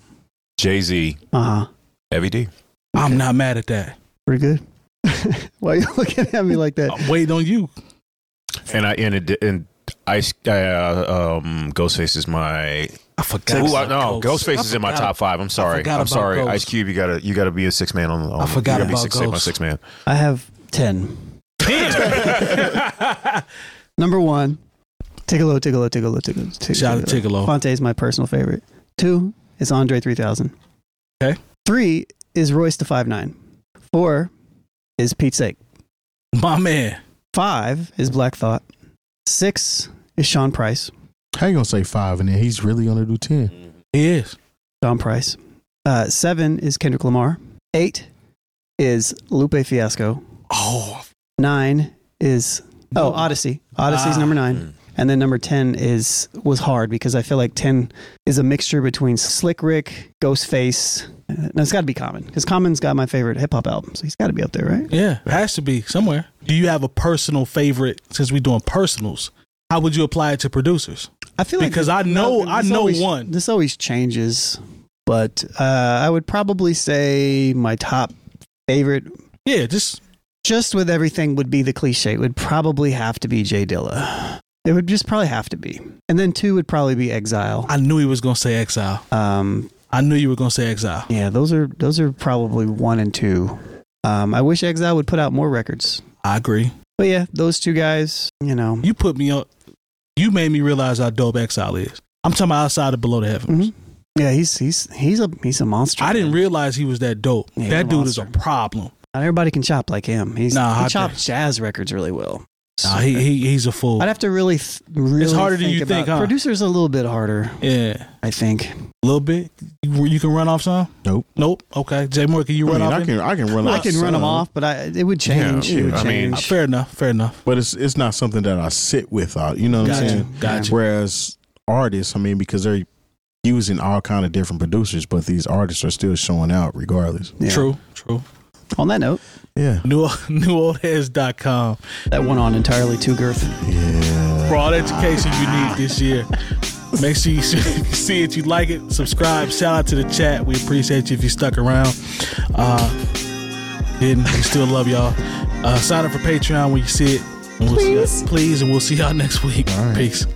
Jay Z.
Uh huh.
Heavy D.
I'm not mad at that.
Pretty good. Why are you looking at me like that?
I'm waiting on you.
And I and it, and Ice uh, um Ghostface is my
I forgot.
Ooh, I,
about
no Ghostface
I
is in my
forgot
top five. I'm sorry.
forgot
I'm
about
sorry.
Ghost.
Ice Cube, you gotta you gotta be a six man on. on
I forgot
you gotta
about
be six, six, my
Ghost.
six man.
I have 10.
Damn.
Number one, Tigolo, Tigolo, Tigolo, Tigolo. Tigolo.
Shout out to Tigolo.
Fonte is my personal favorite. Two is Andre 3000.
Okay.
Three is Royce the Five Nine. Four is Pete Sake.
My man.
Five is Black Thought. Six is Sean Price.
How you gonna say five and then he's really gonna do ten?
He is.
Sean Price. Uh, seven is Kendrick Lamar. Eight is Lupe Fiasco.
Oh,
Nine is oh Odyssey. Odyssey's
Ah.
number nine, and then number ten is was hard because I feel like ten is a mixture between Slick Rick, Ghostface. Uh, No, it's got to be Common because Common's got my favorite hip hop album, so he's got to be up there, right?
yeah. Has to be somewhere. Do you have a personal favorite since we're doing personals? How would you apply it to producers?
I feel
Because I
this-
know- I
this
know
always-
one.
This always changes, but uh, I would probably say my top favorite,
Yeah, just
just with everything, would be the cliche. It would probably have to be Jay Dilla. It would just probably have to be, and then two would probably be Exile.
I knew he was gonna say exile.
Um,
I knew you were gonna say exile.
Yeah, those are those are probably one and two. Um, I wish Exile would put out more records.
I agree.
But yeah, those two guys, you know.
You put me on. You made me realize how dope exile is. I'm talking about outside of below the heavens.
Mhm. Yeah, he's he's he's a he's a monster.
I didn't
man.
realize he was that dope.
Yeah,
that
he's a
dude is a
monster.
problem.
Not everybody can chop like him. He's
Nah, I
he
think-
chopped jazz records really well.
Nah, he, he he's a fool.
I'd have to really, th- really.
harder than
think
you think,
about-
huh?
Producers a little bit harder,
Yeah,
I think.
a little bit. You, you can run off some.
Nope.
Nope. Okay, Jay Moore, can you
I
run
mean,
off?
I
him?
can I can run.
I
off
can run them
some,
off, but I, it would change.
Yeah,
it would
I mean-
change.
Uh, fair enough. Fair enough.
but it's it's not something that I sit with. uh, You know what
Gotcha.
I'm saying?
Gotcha.
Whereas artists, I mean, because they're using all kind of different producers, but these artists are still showing out regardless.
Yeah.
True. True.
On that note,
Yeah,
New newoldheads.com
that went on entirely too girth.
yeah.
for all the education you need this year. Make sure you see it, you like it, subscribe. Shout out to the chat. We appreciate you if you stuck around. Uh, didn't we still love y'all? Uh, sign up for Patreon when you see it. And we'll please, see y'all, please, and we'll see y'all next week. Peace.